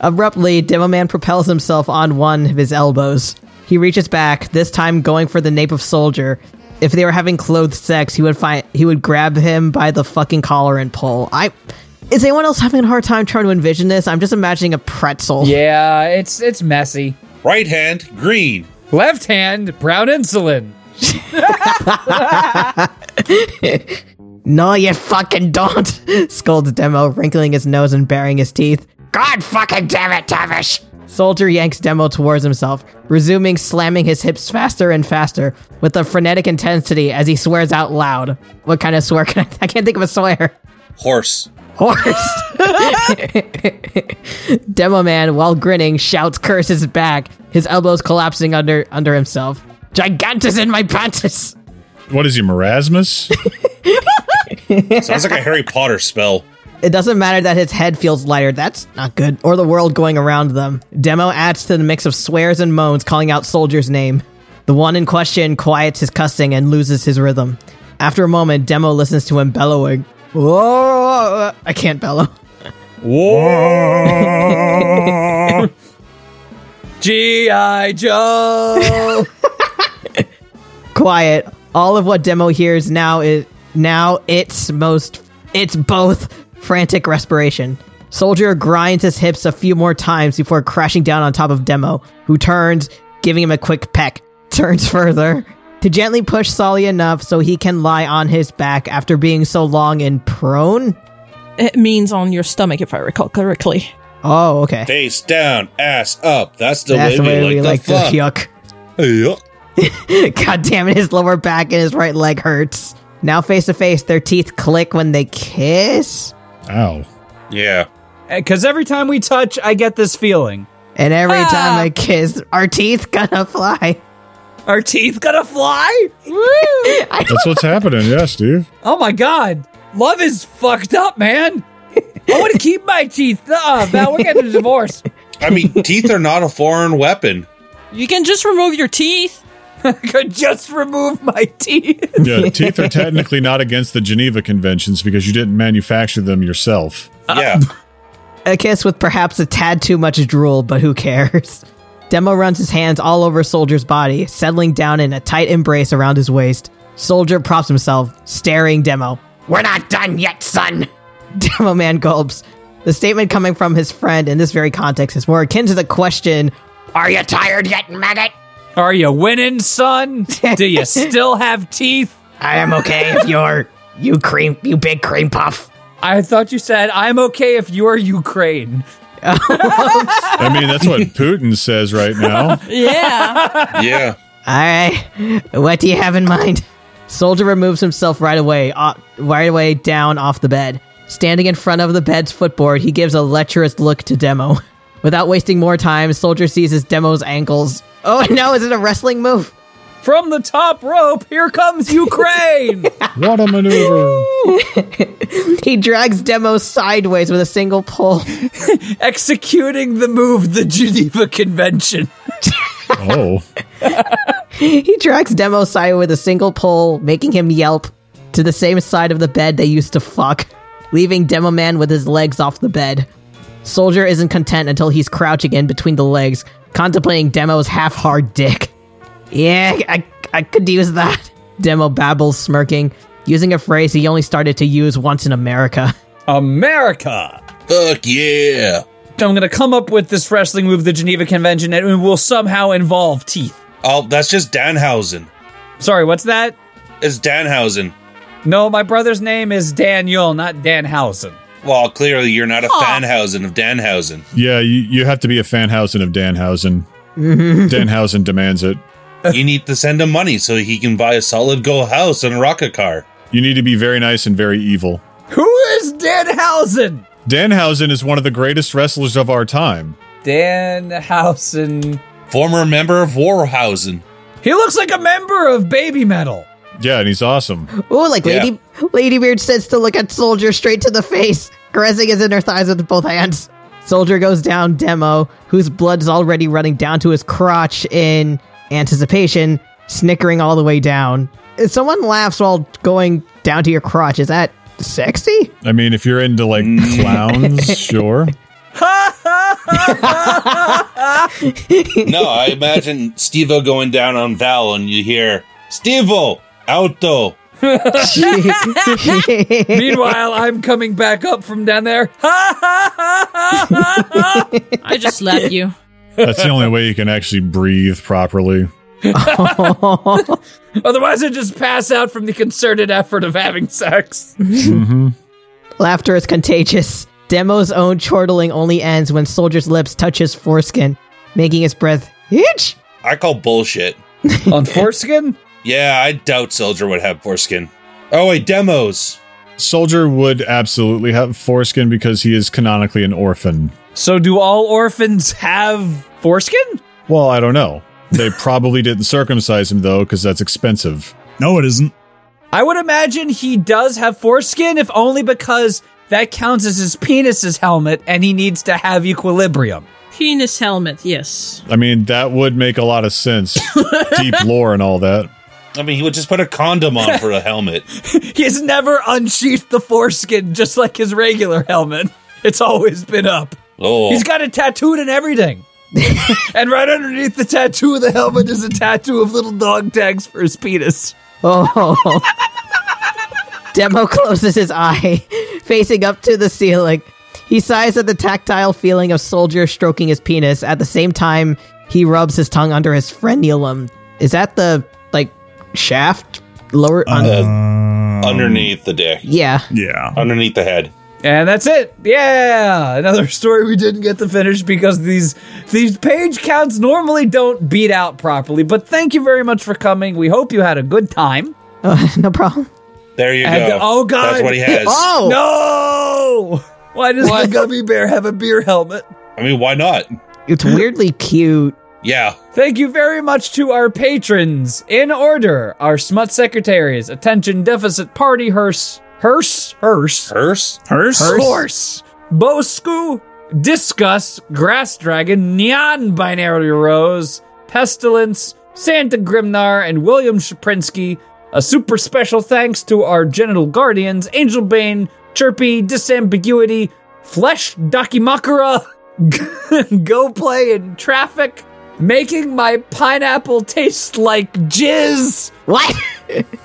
Speaker 9: Abruptly, Demo Man propels himself on one of his elbows. He reaches back, this time going for the nape of Soldier. If they were having clothed sex, he would find he would grab him by the fucking collar and pull. I is anyone else having a hard time trying to envision this? I'm just imagining a pretzel.
Speaker 1: Yeah, it's it's messy.
Speaker 7: Right hand, green.
Speaker 1: Left hand, brown insulin.
Speaker 9: No, you fucking don't! scolds Demo, wrinkling his nose and baring his teeth. God fucking damn it, Tavish! Soldier yanks Demo towards himself, resuming slamming his hips faster and faster with a frenetic intensity as he swears out loud. What kind of swear can I? I can't think of a swear.
Speaker 7: Horse.
Speaker 9: Horse! Demo Man, while grinning, shouts curses back, his elbows collapsing under under himself. Gigantus in my pantis!
Speaker 3: What is he, Marasmus?
Speaker 7: Sounds like a Harry Potter spell.
Speaker 9: It doesn't matter that his head feels lighter. That's not good. Or the world going around them. Demo adds to the mix of swears and moans, calling out Soldier's name. The one in question quiets his cussing and loses his rhythm. After a moment, Demo listens to him bellowing. Whoa! I can't bellow.
Speaker 1: G.I. Joe!
Speaker 9: Quiet. All of what Demo hears now is now it's most it's both frantic respiration. Soldier grinds his hips a few more times before crashing down on top of Demo, who turns, giving him a quick peck, turns further to gently push Solly enough so he can lie on his back after being so long and prone.
Speaker 11: it means on your stomach, if I recall correctly.
Speaker 9: Oh, okay.
Speaker 7: Face down, ass up. That's the
Speaker 9: That's the
Speaker 7: way,
Speaker 9: way we
Speaker 7: we
Speaker 9: like to
Speaker 7: fuck.
Speaker 9: yuck.
Speaker 7: Yuck.
Speaker 9: God damn it, his lower back and his right leg hurts. Now face to face, their teeth click when they kiss.
Speaker 3: Ow.
Speaker 7: Yeah.
Speaker 1: Because Eh, every time we touch, I get this feeling.
Speaker 9: And every time I kiss, our teeth gonna fly.
Speaker 1: Our teeth gonna fly? Woo!
Speaker 3: That's what's happening. Yeah, Steve.
Speaker 1: Oh my god. Love is fucked up, man. I want to keep my teeth. Uh, man, we're getting a divorce.
Speaker 7: I mean, teeth are not a foreign weapon.
Speaker 11: You can just remove your teeth.
Speaker 1: I could just remove my teeth.
Speaker 3: Yeah, teeth are technically not against the Geneva Conventions because you didn't manufacture them yourself.
Speaker 7: Yeah.
Speaker 9: A kiss with perhaps a tad too much drool, but who cares? Demo runs his hands all over Soldier's body, settling down in a tight embrace around his waist. Soldier props himself, staring Demo. We're not done yet, son! Demo Man gulps. The statement coming from his friend in this very context is more akin to the question Are you tired yet, maggot?
Speaker 1: Are you winning, son? Do you still have teeth?
Speaker 9: I am okay if you're. You cream, you big cream puff.
Speaker 1: I thought you said I'm okay if you're Ukraine.
Speaker 3: I mean, that's what Putin says right now.
Speaker 11: Yeah.
Speaker 7: Yeah.
Speaker 9: All right. What do you have in mind? Soldier removes himself right away, uh, right away down off the bed. Standing in front of the bed's footboard, he gives a lecherous look to Demo. Without wasting more time, Soldier seizes Demo's ankles. Oh no, is it a wrestling move?
Speaker 1: From the top rope, here comes Ukraine.
Speaker 3: What a maneuver.
Speaker 9: He drags Demo sideways with a single pull.
Speaker 1: Executing the move, the Geneva Convention.
Speaker 3: Oh.
Speaker 9: He drags Demo sideways with a single pull, making him yelp to the same side of the bed they used to fuck, leaving Demo Man with his legs off the bed. Soldier isn't content until he's crouching in between the legs, contemplating Demo's half hard dick. Yeah, I, I could use that. Demo babbles, smirking, using a phrase he only started to use once in America.
Speaker 1: America.
Speaker 7: Fuck yeah.
Speaker 1: I'm gonna come up with this wrestling move, the Geneva Convention, and it will somehow involve teeth.
Speaker 7: Oh, that's just Danhausen.
Speaker 1: Sorry, what's that?
Speaker 7: It's Danhausen.
Speaker 1: No, my brother's name is Daniel, not Danhausen.
Speaker 7: Well, clearly you're not a fanhausen of Danhausen.
Speaker 3: Yeah, you, you have to be a Fanhausen of Danhausen. Danhausen demands it.
Speaker 7: you need to send him money so he can buy a solid gold house and a rocket car.
Speaker 3: You need to be very nice and very evil.
Speaker 1: Who is Danhausen?
Speaker 3: Danhausen is one of the greatest wrestlers of our time.
Speaker 1: Danhausen.
Speaker 7: Former member of Warhausen.
Speaker 1: He looks like a member of Baby Metal.
Speaker 3: Yeah, and he's awesome.
Speaker 9: Ooh, like
Speaker 7: Yeah.
Speaker 9: Lady Lady Beard says to look at Soldier straight to the face, caressing his inner thighs with both hands. Soldier goes down demo, whose blood is already running down to his crotch in anticipation, snickering all the way down. If someone laughs while going down to your crotch, is that sexy?
Speaker 3: I mean, if you're into like clowns, sure.
Speaker 7: No, I imagine Stevo going down on Val and you hear, Stevo, auto.
Speaker 1: Meanwhile, I'm coming back up from down there. Ha ha ha ha ha ha!
Speaker 11: I just slapped you.
Speaker 3: That's the only way you can actually breathe properly.
Speaker 1: Otherwise, I just pass out from the concerted effort of having sex.
Speaker 9: Laughter is contagious. Demo's own chortling only ends when Soldier's lips touch his foreskin, making his breath itch.
Speaker 7: I call bullshit.
Speaker 1: On foreskin?
Speaker 7: Yeah, I doubt Soldier would have foreskin. Oh, wait, demos.
Speaker 3: Soldier would absolutely have foreskin because he is canonically an orphan.
Speaker 1: So, do all orphans have foreskin?
Speaker 3: Well, I don't know. They probably didn't circumcise him though, because that's expensive.
Speaker 2: No, it isn't.
Speaker 1: I would imagine he does have foreskin, if only because that counts as his penis's helmet and he needs to have equilibrium.
Speaker 11: Penis helmet, yes.
Speaker 3: I mean, that would make a lot of sense. Deep lore and all that.
Speaker 7: I mean, he would just put a condom on for a helmet.
Speaker 1: He's never unsheathed the foreskin just like his regular helmet. It's always been up.
Speaker 7: Oh,
Speaker 1: He's got it tattooed and everything. and right underneath the tattoo of the helmet is a tattoo of little dog tags for his penis.
Speaker 9: Oh. Demo closes his eye, facing up to the ceiling. He sighs at the tactile feeling of Soldier stroking his penis. At the same time, he rubs his tongue under his frenulum. Is that the, like, shaft? Lower?
Speaker 7: Uh,
Speaker 9: on-
Speaker 7: underneath the dick,
Speaker 9: yeah.
Speaker 2: Yeah.
Speaker 7: underneath the head.
Speaker 1: And that's it. Yeah, another story we didn't get to finish because these these page counts normally don't beat out properly. But thank you very much for coming. We hope you had a good time.
Speaker 9: Oh, no problem.
Speaker 7: There you
Speaker 1: And-
Speaker 7: go.
Speaker 1: oh, God.
Speaker 7: That's what he has.
Speaker 9: Oh!
Speaker 1: No, why does the gummy bear have a beer helmet?
Speaker 7: I mean, why not?
Speaker 9: It's weirdly cute.
Speaker 7: Yeah.
Speaker 1: Thank you very much to our patrons. In order, our smut secretaries, attention deficit party hearse, hearse, hearse,
Speaker 7: Purse?
Speaker 2: Hearse?
Speaker 1: horse, bosku, discuss, grass dragon, neon binary rose, pestilence, Santa Grimnar, and William Shaprinsky. A super special thanks to our genital guardians, Angel Bane, Chirpy, Disambiguity, Flesh Dakimakura, Go Play in Traffic, Making My Pineapple Taste Like Jizz,
Speaker 9: What?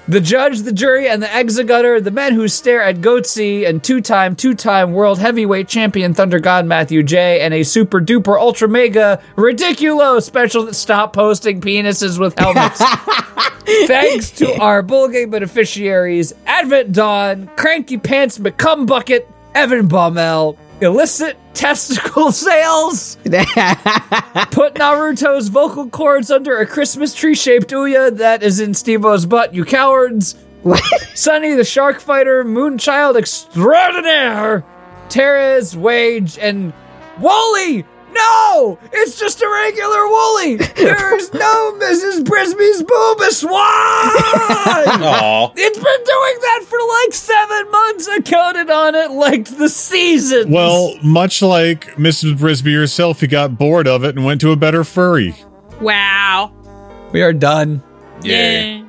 Speaker 1: The judge, the jury, and the exegutter, the men who stare at Goatsy, and two time, two time world heavyweight champion Thunder God Matthew J, and a super duper ultra mega ridiculo special. Stop posting penises with helmets. Thanks to our bull game beneficiaries, Advent Dawn, Cranky Pants McCum Bucket, Evan Baumel, Illicit Testicle Sales, Put Naruto's vocal cords under a Christmas tree shaped Ouya that is in Stevo's butt, you cowards, Sunny the Shark Fighter, Moonchild Extraordinaire, Terra's Wage, and Wooly! No! It's just a regular Wooly! There's no Mrs. Brisby's Boobus! Why?
Speaker 7: Aw.
Speaker 1: It's been doing that for like seven months. I counted on it like the season.
Speaker 3: Well, much like Mrs. Brisby herself, he got bored of it and went to a better furry.
Speaker 11: Wow.
Speaker 1: we are done.
Speaker 7: Yeah.